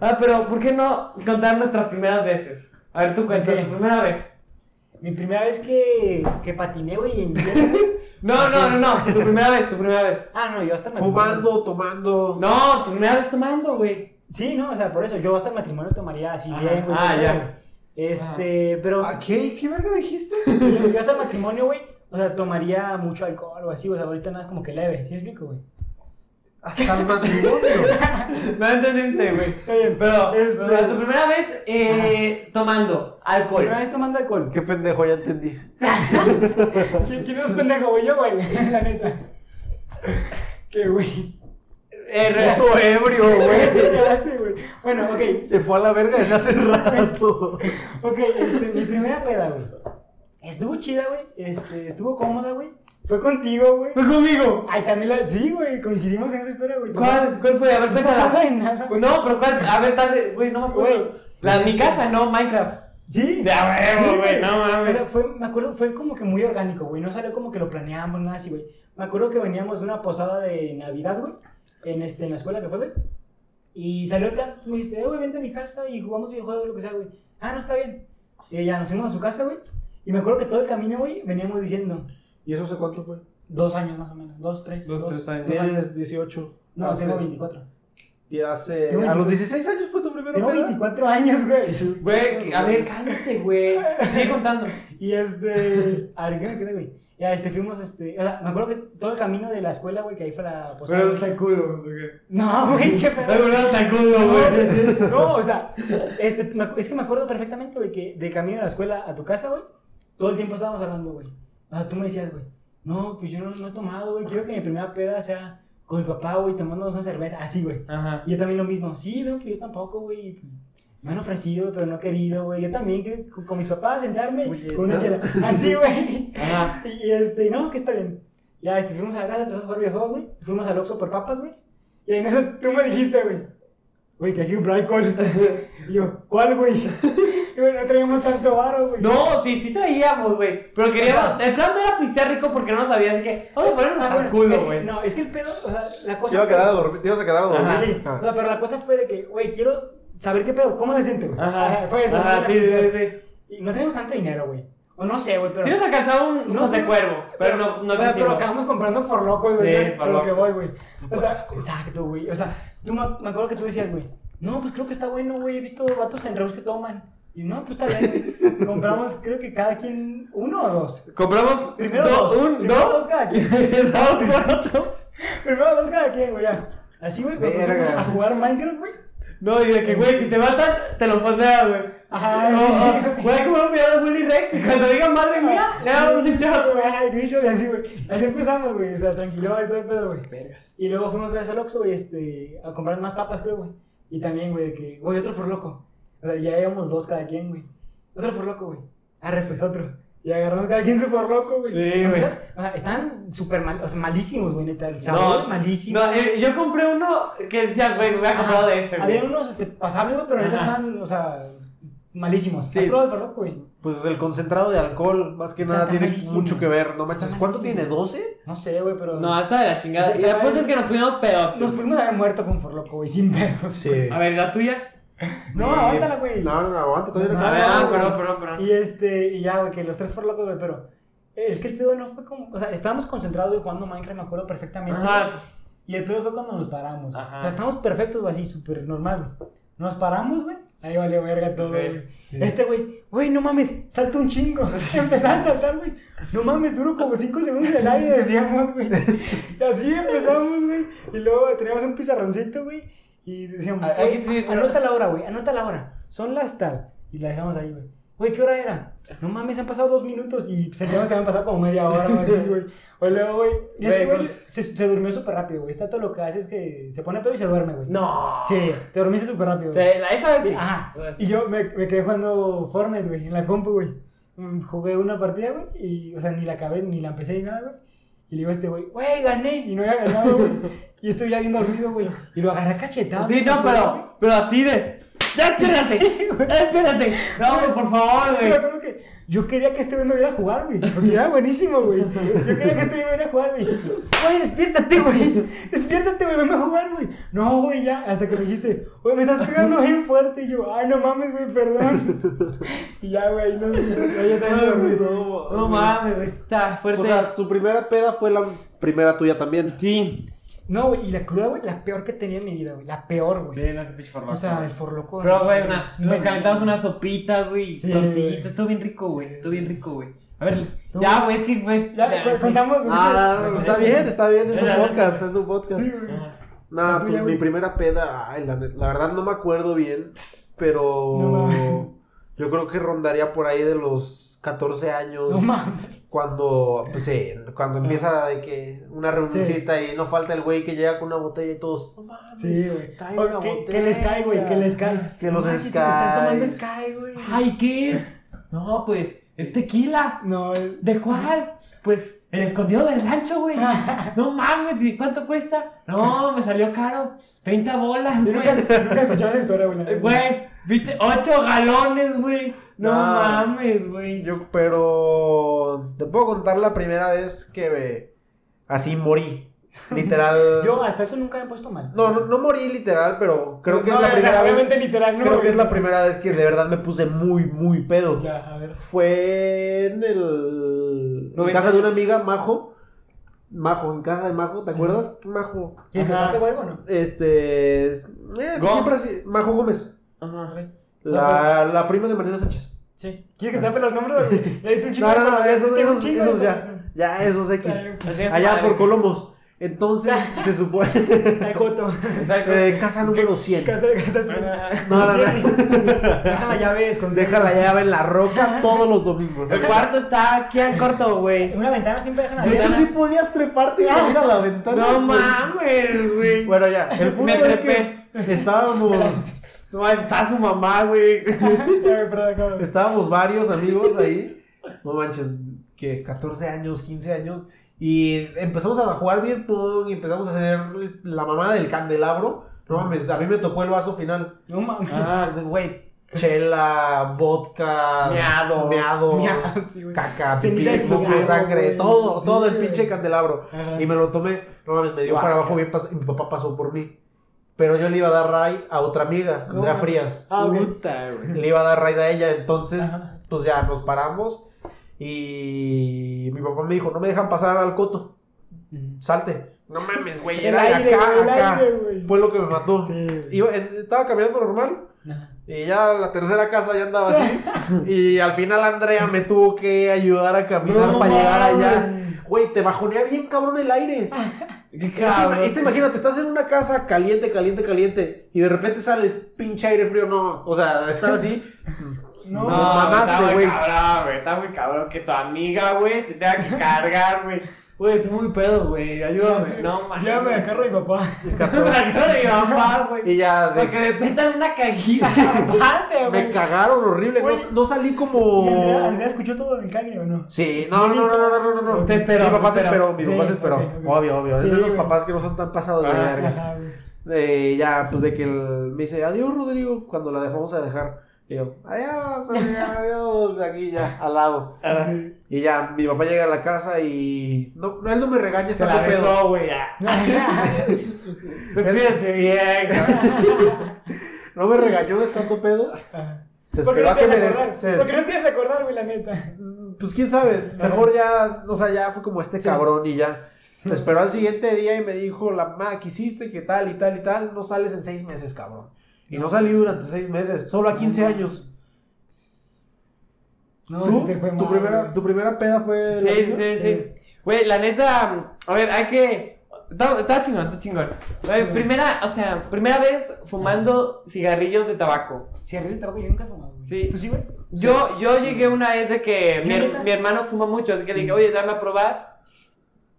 Ah, pero ¿por qué no contar nuestras primeras veces? A ver, tú cuenta
Ok.
tu primera vez.
Mi primera vez que, que patiné, güey, en hielo.
No, no, no, no, tu primera vez, tu primera vez.
Ah, no, yo hasta me
Fumando, tomando...
No, tu primera vez tomando, güey.
Sí, no, o sea, por eso yo hasta el matrimonio tomaría así
Ajá.
bien, güey.
Ah,
todo,
ya.
güey.
Ah.
Este, pero
¿A qué? ¿Qué verga dijiste?
yo hasta el matrimonio, güey, o sea, tomaría mucho alcohol o así, o sea, ahorita nada es como que leve, ¿sí me explico, güey?
Hasta el matrimonio.
No entendiste, güey. Pero,
Este-
pero tu primera vez eh, tomando alcohol.
Primera vez tomando alcohol.
qué pendejo, ya entendí.
¿Quién, quién es pendejo, güey? Yo, güey, la neta. Qué güey.
Eh, re-
Puto ebrio,
Güey, sí,
güey.
ya sé, güey. Bueno, ok,
Se fue a la verga desde hace rato.
ok, este, mi primera peda, güey. Estuvo chida, güey, este, estuvo cómoda, güey. Fue contigo, güey.
Fue conmigo.
Ay, también la... Sí, güey, coincidimos en esa historia, güey.
¿Cuál, cuál fue? A
Ah,
ver,
Pues, No se acuerda
cuéntala.
de nada.
No, pero cuál, a ver, tal vez, güey, no me acuerdo.
Güey.
La de mi casa, no, Minecraft.
Sí.
De a huevo,
Sí,
güey, no mames.
O sea, fue, me acuerdo, fue como que muy orgánico, güey. No salió como que lo planeamos, nada así, güey. Me acuerdo que veníamos de una posada de Navidad, güey. En, este, en la escuela que fue, güey. Y salió el plan. Me dijiste, eh, güey, vente a mi casa y jugamos videojuegos, lo que sea, güey. Ah, no, está bien. Y ya nos fuimos a su casa, güey. Y me acuerdo que todo el camino, güey, veníamos diciendo
¿Y eso hace cuánto fue?
dos años más o menos. Dos, tres.
Dos, tres años.
Tienes 18.
No,
Hace-
tengo 24.
Y hace.
Tengo
A
24.
los 16 años fue tu primera
Tengo
peda.
24 años, güey.
Güey, a ver, cállate, güey. Sigue contando.
Y este. A ver, ¿qué me quedé, güey? Ya, este, fuimos, este. O sea, me acuerdo que todo el camino de la escuela, güey, que ahí fue la posada.
Pero está culo, güey.
No, güey, qué pedo.
Ay, pero está culo, güey.
No, No, o sea, este, me acu- es que me acuerdo perfectamente, güey, que de camino a la escuela a tu casa, güey, todo el tiempo estábamos hablando, güey. O sea, tú me decías, güey, no, pues yo no, no he tomado, güey, quiero que mi primera peda sea con mi papá, güey, tomándonos una cerveza, así, güey.
Ajá.
Y yo también lo mismo, sí, veo que yo tampoco, güey. Me han ofrecido, pero no he querido, güey. Yo también que- con, con mis papás sentarme
Oye,
con una
¿no?
chela. Así, güey.
Ajá.
Y este, no, que está bien. Ya, este, fuimos a la casa, empezamos a jugar videojuegos, güey. Fuimos al Oxxo por papas, güey. Y en eso tú me dijiste, güey. Güey, que aquí un Brian Cole. Y yo, ¿cuál, güey? Y bueno, no traíamos tanto varo, güey.
No, sí, sí traíamos, güey. Pero queríamos. El plan no era pisar rico porque no lo sabía, así que. Vamos a ponernos
Ah,
al
bueno,
culo,
es que-
güey.
No, es que el pedo, o sea, la cosa.
Te iba a
fue-
quedar a dormir. Te ibas a quedar a dormir.
Ajá.
Sí,
Ah.
o sea, pero la cosa fue de que, güey, quiero saber qué pedo, cómo se siente, güey.
Ajá.
fue eso.
Ajá,
fue
sí,
la-
sí, sí.
Y no tenemos tanto dinero, güey. O no sé, güey, pero.
Sí nos alcanzaba un
No
José
sé,
Cuervo, pero no, no
Güey, pero
quisimos.
acabamos comprando por loco, güey,
Sí,
por,
por
lo que
loco.
voy, güey. O sea, exacto, güey. O sea, tú me, me acuerdo que tú decías, güey, no, pues creo que está bueno, güey. He visto vatos en Reus que toman. Y no, pues está bien, güey. Compramos, creo que cada quien, uno o dos.
Compramos
Primero
do-
dos,
un,
primero
dos,
dos cada quien.
Empezamos por otro.
Primero dos cada quien, güey, ya. Así, güey, nos pusimos
Verga.
a jugar Minecraft, güey.
No, y de que, güey, si te matan, te lo fondea, güey.
Ajá,
No,
sí.
ah, Güey, como un video de Willy Rex, y cuando digan madre mía, le damos un shot, güey.
Ay, grillo, y así, güey. Así empezamos, güey. O sea, tranquilo y todo el pedo, güey. Y luego fuimos otra vez al Oxxo, güey, este, a comprar más papas, creo, güey. Y también, güey, de que, güey, otro forloco. O sea, ya íbamos dos cada quien, güey. Otro forloco, güey. Arre, pues otro. Y agarramos cada quien su forloco, güey.
Sí,
O
güey.
sea, o sea, están súper mal, o sea, malísimos, güey, neta. El sabor
No,
malísimo.
No, eh, yo compré uno que decía, güey, me voy a comprar de ese,
Había
güey.
unos este, pasables, güey, pero neta
Ajá.
están, o sea, malísimos.
Sí.
¿Has probado el forloco, güey?
Pues el concentrado de alcohol, más que
Está-
nada,
está
tiene
malísimo.
mucho que ver. No
Está
manches. ¿Cuánto
malísimo.
tiene? ¿12?
No sé, güey, pero...
No, hasta de la chingada.
Esa-
Y
esa
el punto
madre-
es que nos pusimos pedo.
Nos pudimos haber muerto con forloco, güey, sin pedos.
A ver, ¿la tuya?
No,
Eh,
aguántala, güey.
No, no, no, aguanta. Todavía
No,
no,
A ver, ah,
güey.
perdón, perdón, perdón.
Y este, y ya, güey, que los tres por locos, güey, pero eh, es que el pedo no fue como, o sea, estábamos concentrados, güey, jugando Minecraft, me acuerdo perfectamente.
Ajá.
Y el pedo fue cuando nos paramos, güey.
Ajá.
O sea, estábamos perfectos, güey, así, súper normal, güey. Nos paramos, güey, ahí valió verga todo,
Ok.
güey. Este, güey, güey, no mames, salta un chingo. Empezaba a saltar, güey. No mames, duro como 5 segundos en el aire, decíamos, güey. Y así empezamos, güey. Y luego teníamos un pizarroncito, güey. Y decíamos,
Hay- hay
"Güey,
que escribir-
anota la hora, güey, anota la hora. Son las tal. Y la dejamos ahí, güey. Güey, ¿qué hora era? No mames, han pasado dos minutos y sentíamos que habían pasado como media hora o así, güey. O luego, güey, y este
Güey,
güey
pues-
se, se durmió súper rápido, güey. Está todo lo que hace es que se pone pedo y se duerme, güey.
No.
Sí, te dormiste súper rápido. güey.
Te- la- Esa vez sí.
Ajá. Y yo me, me quedé jugando Fortnite, güey, en la compu, güey. Mm, Jugué una partida, güey, y, o sea, ni la acabé, ni la empecé ni nada, güey. Y le digo a este güey, güey, gané, y no había ganado, güey. Y estoy ya bien dormido, güey. Y lo agarré cachetado.
Sí, no, pero, pero así de. Ya, espérate, espérate. No, güey, por favor,
Sí,
güey.
me acuerdo que yo quería que este güey me viera jugar, güey. Porque era buenísimo, güey. Yo quería que este güey me viera jugar, güey. Güey, despiértate, güey. Despiértate, güey. Venme a jugar, güey. No, güey, ya. Hasta que me dijiste, güey, me estás pegando bien fuerte. Y yo, ay, no mames, güey, perdón. Y ya, güey, no sé. Yo también dormí, güey.
No mames, güey, está fuerte.
O sea, su primera peda fue la primera tuya también.
sí.
No, güey, y la cruda, güey, la peor que tenía en mi vida, güey. La peor, güey.
no es pinche
O sea, el forloco.
Pero,
no,
güey, una-
no,
nos calentamos unas sopitas, güey,
Sí,
tortillitas.
güey.
Estuvo bien rico, güey. Estuvo bien rico, güey. A ver,
Tú-
ya, güey, es que, güey.
Ya, pues,
ya,
güey,
sí.
contamos.
Ah,
güey.
está bien, está bien, es
Sí,
un
güey.
podcast, es un podcast.
Sí, güey.
Ajá.
Nah,
¿La tuya,
pues mi
güey?
primera peda, ay, la, net- la verdad no me acuerdo bien, pero
No mames.
yo creo que rondaría por ahí de los 14 años.
No mames.
Cuando, pues
Eh.
sí, cuando empieza de que una reunioncita y no falta el güey que llega con una botella y todos, no mames,
Sí, güey.
trae
O
una
Que, que les cae, güey, que les cae.
Que los
No manches, me Están tomando
Skies.
Sky, güey.
Ay, ¿qué es? No, pues, es tequila.
No, es-
¿De cuál? Pues, el escondido del rancho, güey. No mames, ¿y cuánto cuesta? No, me salió caro. 30 bolas,
Yo nunca,
güey.
nunca escuchaba esa historia, güey.
Güey, Viste, ocho galones, güey. No
Ah.
mames, güey.
Yo, pero te puedo contar la primera vez que eh, así morí. Literal.
Yo hasta eso nunca me he puesto mal.
No, no, no morí literal, pero creo que
No,
es la
o sea,
primera vez.
Obviamente literal, no.
Creo que
güey.
es la primera vez que de verdad me puse muy, muy pedo.
Ya, a ver.
Fue en el. En
Noventa.
casa de una amiga, Majo. Majo, en casa de Majo, ¿te acuerdas? Majo.
¿Quieres que
Ajá.
salte algo o no?
Este. es- eh,
Go-
siempre así. Majo Gómez.
Ajá.
La, la prima de Mariana Sánchez.
Sí. ¿Quieres que tape los nombres? güey? Ya diste un chingo
No,
de
no, no,
información,
esos,
diste un
esos,
chingo de
esos ya.
información.
Ya, esos X.
Ay,
Así es,
Allá
madre.
por Colomos. Entonces, se supone.
Ay, Joto.
Tal cual.
eh, casa número 100.
Casa casa su-
Ajá.
No, no, no.
Deja la llave escondida.
Deja la llave en la roca todos los domingos.
El cuarto está aquí al corto, güey.
En una ventana siempre dejan la
De
llave.
hecho, sí podías treparte y abrir a la ventana.
No mames, güey.
Bueno, ya. El punto
Me
es que estábamos,
No mames, está su mamá, güey.
Ay, perdón, cabrón.
estábamos varios amigos ahí. No manches, que 14 años, 15 años. Y empezamos a jugar bien pong y empezamos a hacer la mamada del candelabro. No mames, a mí me tocó el vaso final.
No mames.
Ah, güey. Chela, vodka,
Meados.
meados,
Meados, sí, güey.
caca, pipí,
Ceniza de
moco,
cigarro,
sangre,
güey.
todo,
Sí,
todo el
güey.
pinche candelabro.
Ajá.
Y me lo tomé, no mames, me dio
Guau.
para abajo bien pas- y mi papá pasó por mí. Pero yo le iba a dar ride a otra amiga,
No
Andrea
mames.
Frías.
Ah, ok.
Puta, güey.
Le iba a dar ride a ella, entonces,
Ajá.
pues ya nos paramos. Y mi papá me dijo, no me dejan pasar al coto, salte. No mames, güey,
Mm. El
era de
aire,
acá,
güey, el
acá.
aire, güey.
Fue lo que me mató.
Sí, güey.
Iba- en- estaba caminando normal
Ajá.
y ya la tercera casa ya andaba así. y al final Andrea me tuvo que ayudar a caminar
No
para llegar allá.
mames.
Güey, te bajonea bien cabrón el aire.
Qué
Este,
cabrón.
este, imagínate, estás en una casa caliente, caliente, caliente, y de repente sales pinche aire frío, no, o sea, estar así,
No,
No,
mamaste,
está muy
güey.
cabrón, güey. Está muy cabrón que tu amiga, güey, te tenga que cargar, güey. Güey, estoy muy pedo, güey. Ayúdame.
Sí,
No, mames.
Llévame al carro de mi papá.
Me acabo de mi mamá,
y
güey.
ya de-
Porque me prestan una cajita.
Aparte, güey.
me cagaron horrible, no,
Güey.
no
¿Y
salí
Andrea,
como...
Andrea escuchó todo el cani o no?
Sí, no, no, no, no, no, no, no, no.
Se esperó,
mi papá se
se
esperó,
esperó.
mi
Sí,
papá se esperó,
ok, ok.
obvio, obvio, es
Sí,
de esos
güey. Ah,
papás que no son tan pasados de
Ajá,
Ah, verga.
Ajá, güey.
Eh, ya, pues de que el- me dice, adiós Rodrigo, cuando la dejamos a dejar, y yo, adiós, amiga, adiós, aquí ya, al lado.
Ah,
Y ya, mi papá llega a la casa y... No, no él no me regaña,
Se
está
la
todo pedo.
besó, güey. ya. Despídete bien, cabrón.
No me regañó estando pedo.
Ajá.
Se
Porque
esperó
no
a que me
te
des...
acordar,
se des-
Porque no te ibas a acordar, güey, la neta.
Pues quién sabe, mejor ya, o sea, ya fue como este cabrón y ya. Se esperó al siguiente día y me dijo, la mamá que hiciste, que tal y tal y tal, no sales en seis meses, cabrón. Y no salí durante seis meses, solo a 15 años.
No,
¿Tú?
sí te fue
¿Tu,
mal,
primera,
güey.
¿Tu primera peda fue...? la
Sí,
tuya?
sí, sí. Güey, la neta, a ver, hay que. Está, está chingón, está chingón. Güey,
Sí.
primera, o sea, primera vez fumando cigarrillos de tabaco.
Si arriba el tabaco yo nunca he fumado, güey.
Sí.
¿Tú sí, güey?
Yo, yo llegué una vez de que mi,
¿Y
her-
neta?
mi hermano fuma mucho, así que le dije, oye, dame a probar.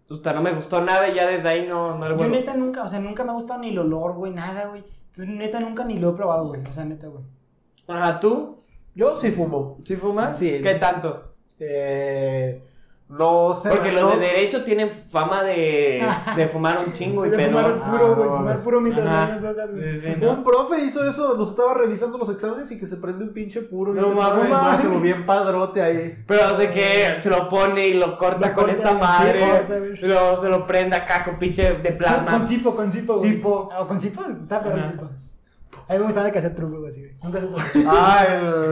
O sea, no me gustó nada y ya desde ahí no, no le
Yo
vuelvo.
neta nunca, o sea, nunca me ha gustado ni el olor, güey, nada, güey. Entonces, neta nunca ni lo he probado, güey. O sea, neta, güey.
Ajá, ¿tú?
Yo sí fumo.
¿Sí fumas?
Sí.
¿Qué tanto?
Eh, no sé.
Porque los
no-
de derecho tienen fama de, de fumar un chingo y
de
pedo.
fumar puro, güey,
Ah, no,
fumar
no.
puro mientras
Ajá.
lees las hojas, güey.
Sí, sí, no.
Un profe hizo eso, nos estaba revisando los exámenes y que se prende un pinche puro. y
No
se-
mames.
se lo bien padrote ahí.
Pero de que se lo pone y lo corta
Lo
con
corta,
esta
sí, corta,
madre.
güey.
y luego se lo prende acá con pinche de
Con,
plasma.
con cipo, con cipo, güey.
Cipo.
Ah, con cipo, está pero
Ajá.
cipo. A mí me gustaba que hacer trucos, güey, así, güey. Nunca supo.
Ah,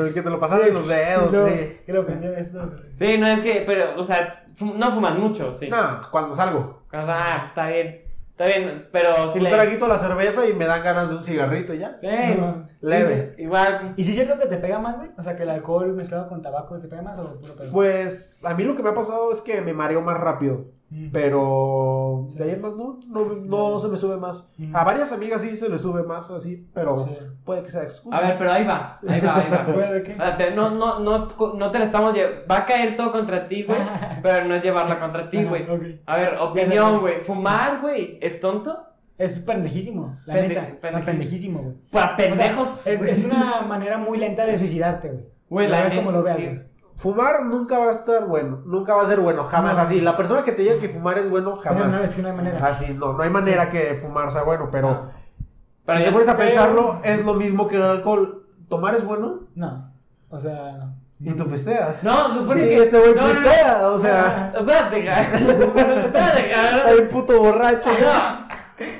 el que te lo pasas de los dedos.
Lo-
sí.
Que lo aprendí de esto, güey.
Sí, no es que, pero, o sea, fu- no fuman mucho, sí.
Nah, cuando salgo.
Ah, está bien. Está bien, pero sí
Un
le.
traguito a la cerveza y me dan ganas de un cigarrito y ya.
Sí.
No.
Leve.
Igual.
¿Y si es cierto que te pega más, güey? O sea, que el alcohol mezclado con tabaco te pega más o puro pedo.
Pues a mí lo que me ha pasado es que me mareo más rápido.
Mm.
Pero de ahí en más no, no, no se me sube más.
Mm.
A varias amigas sí se les sube más así, pero
Sí.
puede que sea excusa.
A ver, pero ahí va. Ahí va, ahí va.
Güey, ¿de qué?
O sea, te- No, no, no, no te la estamos llevando. Va a caer todo contra ti, güey. pero no es llevarla contra ti,
Ajá,
güey.
ok.
A ver,
Ya, ya, ya.
opinión, güey. ¿Fumar, güey? ¿Es tonto?
Es pendejísimo, la
Pende-
neta.
pendejísimo.
No, pendejísimo, güey.
Para
O sea,
pendejos.
es,
güey.
es una manera muy lenta de suicidarte, güey.
Güey,
Lo
la
ves como lo
neta,
veas,
sí.
güey.
Fumar nunca va a estar bueno, nunca va a ser bueno, jamás
No.
así. La persona que te diga que fumar es bueno, jamás.
No, no, es que no hay manera.
Así, no, no hay manera que fumar sea bueno, pero
Pero
si te
ya-
pones a
pero-
pensarlo, es lo mismo que el alcohol. ¿Tomar es bueno?
No. O sea, no.
Y tú pisteas.
No, supone
Y
que.
este güey
no, no, no.
pistea, o sea.
Espérate, cabrón. Espérate,
Hay
cabrón.
un puto borracho.
No.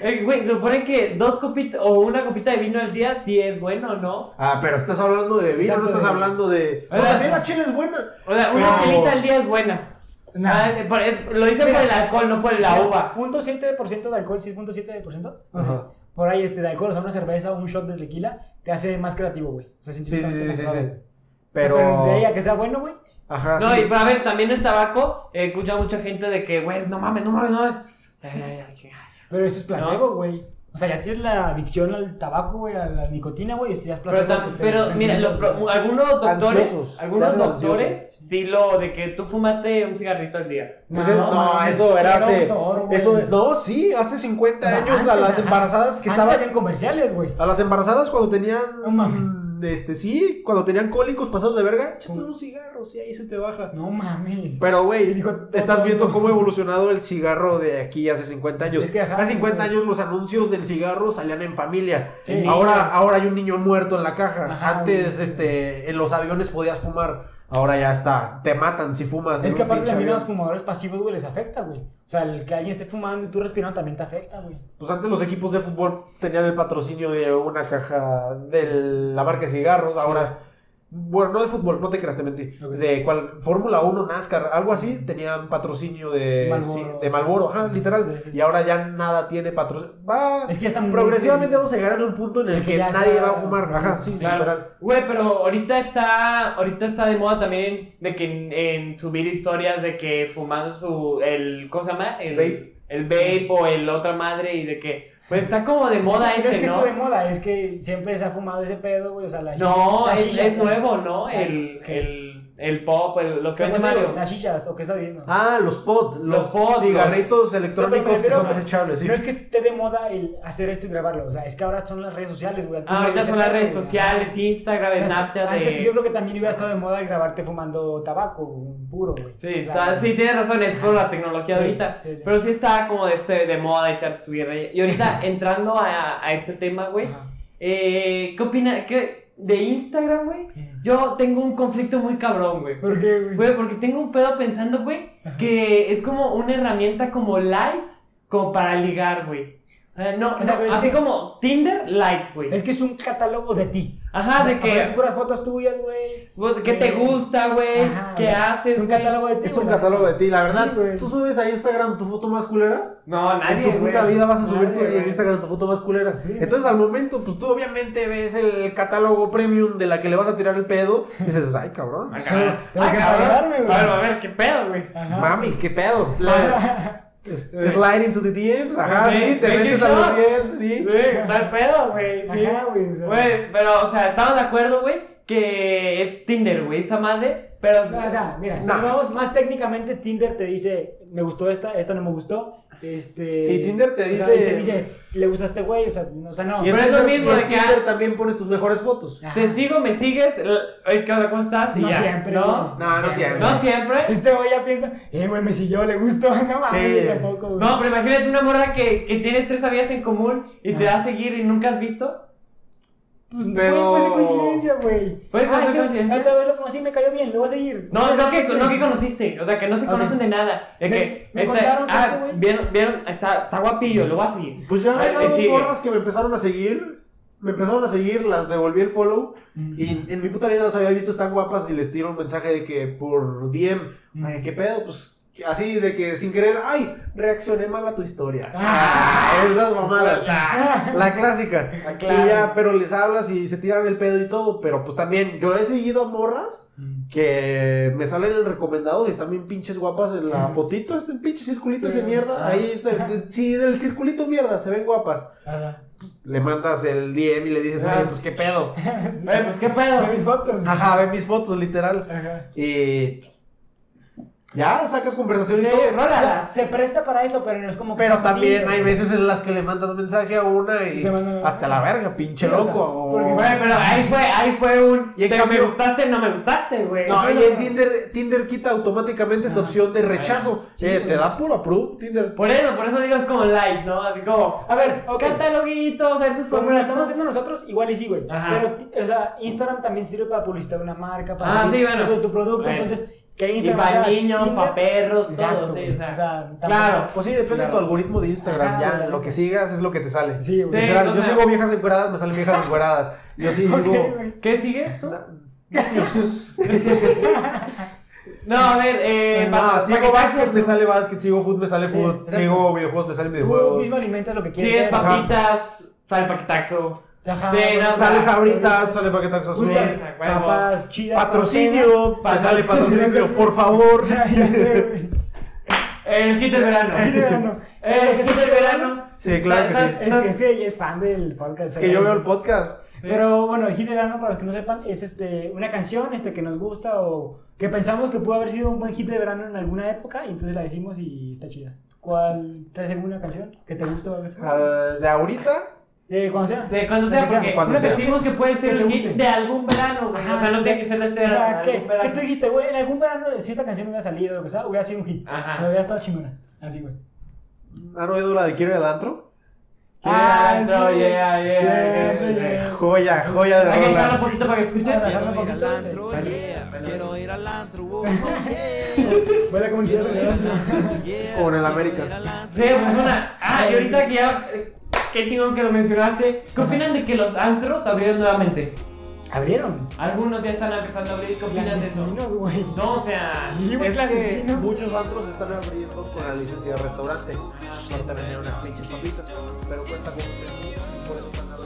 Eh, Güey, supone que dos copitas o una copita de vino al día sí es bueno, ¿no?
Ah, pero estás hablando de vino,
Exacto,
no estás
de-
hablando de.
Oiga,
También la chela es buena.
O sea, una
Pero-
chelita al día es buena.
No.
Ah, eh, por- eh, lo dicen por el alcohol, no por la uva.
.7% de alcohol, 6.7%. No sé.
Ajá.
Por ahí este, de alcohol, o sea, una cerveza o un shot de tequila te hace más creativo, güey. O sea,
Sí, sí, sí, sí, sí.
Pero...
Pero.
de ahí a que sea bueno, güey.
Ajá,
No, y
sí.
pero a ver, también el tabaco, he escuchado mucha gente de que, güey, no mames, no mames, no mames. Ay, ay, ay.
Pero eso es placebo, güey. O sea, ya tienes la adicción al tabaco, güey, a la nicotina, güey. esto Ya es placebo.
Pero, tam-
que te-
pero
te-
mira,
te-
los pro- algunos doctores,
Ansiosos, te
algunos
hacen
doctores, sí lo de que tú fumaste un cigarrito al día.
Pues es- no, eso era
era
hace.
doctor, güey.
eso, no, sí, hace 50
No,
años a
antes,
las
ajá.
embarazadas que
Antes
estaban.
habían comerciales, güey.
A las embarazadas cuando
No mames.
tenían. Este, sí, cuando tenían cólicos pasados de verga, échate unos cigarros y ahí se te baja.
No mames.
Pero, güey,
Dijo, todo
estás viendo
mundo.
cómo ha evolucionado el cigarro de aquí hace 50 años.
Es que, ajá,
hace 50
güey.
años los anuncios del cigarro salían en familia.
Sí.
Ahora, ahora hay un niño muerto en la caja.
Ajá,
Antes,
güey.
este, en los aviones podías fumar. Ahora ya está. Te matan si fumas.
Es
en
que
un
aparte
pinche
también a
avión.
los fumadores pasivos, güey, les afecta, güey. O sea, el que alguien esté fumando y tú respirando también te afecta, güey.
Pues antes los equipos de fútbol tenían el patrocinio de una caja de la marca de cigarros. Ahora, bueno, no de fútbol, no te creas, te mentí.
Ok.
De cual, Fórmula 1, NASCAR, algo así, tenían patrocinio de
Marlboro.
sí, de Malboro, ajá, literal.
Sí, sí, sí.
Y ahora ya nada tiene patrocinio. Va.
Es que ya está muy-
Progresivamente vamos a llegar a un punto en el
Es
que,
que ya
nadie
está-
va a fumar. Ajá, sí,
Claro.
literal.
Güey, pero ahorita está, ahorita está de moda también de que en, en subir historias de que fumando su, el, ¿cómo se llama? El
Vape.
El vape o el otra madre y de que, pues está como de
No
moda
es
ese,
que
¿no?
esto de moda, es que siempre se ha fumado ese pedo, güey. O sea, la
No,
la
es,
shisha,
es
güey.
nuevo, ¿no?
¿Qué?
El, el, el pop, el- los que vende
¿Cómo se
Mario.
llama? La shisha, ¿o qué estás diciendo?
Ah, los pod, los,
Los pod, los-
cigarritos
pero me
electrónicos que son
refiero-
desechables, sí.
No es que esté de moda el hacer esto y grabarlo, o sea, es que ahora son las redes sociales, güey. Antes
Ah, ahorita
no
son las
había-
redes sociales, Instagram,
Antes-
Snapchat. eh,
Antes
de-
yo creo que también hubiera estado de moda el grabarte fumando tabaco un puro, güey.
Sí,
O sea,
ta- sí, tienes razón, es por la tecnología de
Sí,
ahorita.
sí, sí.
Pero sí está como de, este, de moda echar su guerra. Y ahorita, entrando a, a este tema, güey,
ajá.
eh, ¿qué opinas qué, de Instagram, güey? Yo tengo un conflicto muy cabrón, güey.
¿Por qué, güey?
Güey, porque tengo un pedo pensando, güey, que es como una herramienta como light, como para ligar, güey. Eh, no,
O sea,
no,
güey, es
así
que-
como Tinder light, güey.
Es que es un catálogo de ti.
Ajá, Ah, de
Aparecen
que,
puras fotos tuyas, güey.
que te gusta, güey,
eh, Ajá,
qué
güey.
haces.
Es un
güey.
catálogo de ti.
Es un
güey.
catálogo de ti, la verdad.
Sí, güey.
¿Tú subes a Instagram tu foto más culera?
No, nadie,
en tu puta
güey.
vida vas a subir tu,
Nadie,
en
güey.
Instagram tu foto más culera.
Sí, güey.
Entonces, al momento, pues tú obviamente ves el catálogo premium de la que le vas a tirar el pedo y dices, ay, cabrón.
Ah,
pues,
cabrón.
Tengo
Ah,
que
cabrón.
pagarme, güey. ¿Ah,
A ver, a ver, qué pedo, güey.
Ajá.
Mami, qué pedo. La-
Es-
slide into the DMs, ajá,
Sí,
sí, te
thank you,
metes a
shot.
los DMs, sí.
Güey, tal pedo, güey. Sí.
Ajá, güey. o sea.
Güey, pero, o sea, estamos de acuerdo, güey, que es Tinder, güey, esa madre. Pero,
No, o sea, mira, si
No.
nos vamos más técnicamente, Tinder te dice, me gustó esta, esta no me gustó. Este,
Sí, Tinder te
o sea,
dice-
y te dice, le gusta a este güey, o sea, no, o sea, no.
Y en
Pero es lo
Tinder-
mismo
y en
de que- ah,
Tinder también pones tus mejores fotos.
Ajá.
te sigo, me sigues. l- Oye, ¿qué onda? ¿Cómo estás? Y
No
ya.
siempre,
No,
güey.
No, no siempre.
no siempre.
Este güey ya piensa, eh, güey, me siguió, le gustó, no mames,
Sí.
tampoco, güey.
No, pero imagínate una morra que, que tienes tres amigas en común y te
Ajá.
va a seguir y nunca has visto.
pues,
pero-
güey, pues es coincidencia, güey.
Güey, pues,
ah,
es
este,
coincidencia.
otra vez lo conocí, me cayó bien, lo voy a seguir.
No, no que, no que conociste, o sea, que no se
Ok.
conocen de nada. De
Me-
que,
me
este,
contaron que
ah,
este güey-
vieron, vieron, está, está guapillo, lo voy a seguir.
Pues ya
Ahí
hay dos
sigue.
morras que me empezaron a seguir, me empezaron a seguir, las devolví el follow. Y en mi puta vida las había visto tan guapas y les tiro un mensaje de que por DM, ay, qué pedo, pues así de que sin querer, ay, reaccioné mal a tu historia.
Ah.
Ah, esas mamadas.
Ah.
La clásica.
La clásica.
Y ya, pero les hablas y se tiran el pedo y todo, pero pues también yo he seguido a morras
Mm.
que me salen en recomendados y están bien pinches guapas en la fotito, es un pinche circulito
Mm. Sí.
ese mierda,
Ah.
ahí, se- sí, del circulito mierda, se ven guapas.
Ajá.
Le mandas el DM y le dices,
Ah.
ay, pues qué pedo.
Sí.
pues, Oye, pues qué pedo.
Ve mis fotos.
Ajá, ve mis fotos, literal.
Ajá.
Y Ya, sacas conversación y
Sí,
todo.
rólala.
Se presta para eso, pero no es como. que-
Pero también hay veces en las que le mandas mensaje a una y
Te mandan-
hasta la verga, pinche
Sí, o sea,
loco. o-
porque-
Güey, pero ahí fue, ahí fue un.
Y en
pero
cambio-
me gustaste, no me gustaste, güey.
No, y en Tinder, Tinder quita automáticamente esa
Ah,
opción de rechazo.
sí,
Eh,
güey.
te da puro approve Tinder.
Por eso, por eso digo es como like, ¿no? Así como.
A ver, ok.
Cataloguitos, a ver sus
Como la estamos
favoritos.
viendo nosotros, igual y sí, güey.
Ajá.
Pero, t- o sea, Instagram también sirve para publicitar una marca,
Ah,
para
sí, bueno.
tu, tu producto.
Bueno.
Entonces, que
Y
Instagram.
para
sea
niños,
Tinder,
para perros,
Exacto,
todo, sí,
güey.
o sea.
O sea, tampoco-
claro.
Pues sí, depende de tu algoritmo de Instagram.
Ajá,
ya,
güey.
lo que sigas es lo que te sale.
Sí, güey.
Sí.
Literal,
o
yo
sea-
sigo viejas encueradas, me salen viejas encueradas. Yo sigo.
Ok, güey.
¿Qué sigue? ¿Tú?
Na- niños.
No, a ver, eh.
Pues
pa-
Ah,
pa-
sigo
que-
básquet, me sale básquet, sigo food, me sale
Sí,
food,
exacto.
sigo videojuegos, me salen
Tú
videojuegos.
mismo alimentas lo que quieres.
Sí, es
ver.
papitas, sale paquetaxo.
Ajá,
Sí,
güey.
no,
Sale
Ah,
sabritas, sale paquetas azules.
Gustas
sí, huevo.
chapas chidas.
Patrocinio.
Patrocinio, te sale patrocinio, por favor.
Ya sé, güey.
El hit del verano.
El hit del verano.
El hit del verano.
Sí, claro que sí.
Es que sí, es fan del podcast.
Es que yo veo el podcast.
Pero bueno, el hit del verano, para los que no sepan, es este, una canción este, que nos gusta o que pensamos que pudo haber sido un buen hit de verano en alguna época y entonces la decimos y está chida. ¿Cuál? ¿Traes alguna canción que te guste o algo así?
Al- De ahorita,
Eh, cuando sea.
De cuando sea,
De que sea,
porque
Ah. cuando
lo que
sea.
decimos que puede ser
Que le
el hit
guste.
de algún verano, güey. O sea, no tiene que ser de este
O
verano.
sea,
de
que,
algún verano.
que tú dijiste, güey, en algún verano, si esta canción hubiera salido, lo que sea, hubiera sido un hit.
Ajá.
Pero hubiera estado chingona. Así, güey.
¿han oído la de Quiero ir al antro?
Ah,
Ah,
no,
sí.
yeah, yeah, yeah,
Yeah,
yeah.
yeah.
Joya, joya de
Hay que dejarlo un
rola.
poquito para que escuchen.
Ahora, déjame un poquito de-
Quiero ir al antro, oh,
Huele como si fuera-
yeah.
Con el Américas.
Sí, pues una. Ah, y ahorita que ya. eh, Qué chingón que lo mencionaste. ¿Qué opinan de que los antros abrieron nuevamente?
Abrieron.
Algunos ya están empezando a abrir. ¿Qué opinan de eso?
Clandestinos, güey.
No, o sea.
Sí, güey,
Es que
clandestino.
muchos antros están abriendo con la licencia de restaurante. Aparte venden unas pinches papitas, pero cuenta con un precio, por eso están abriendo.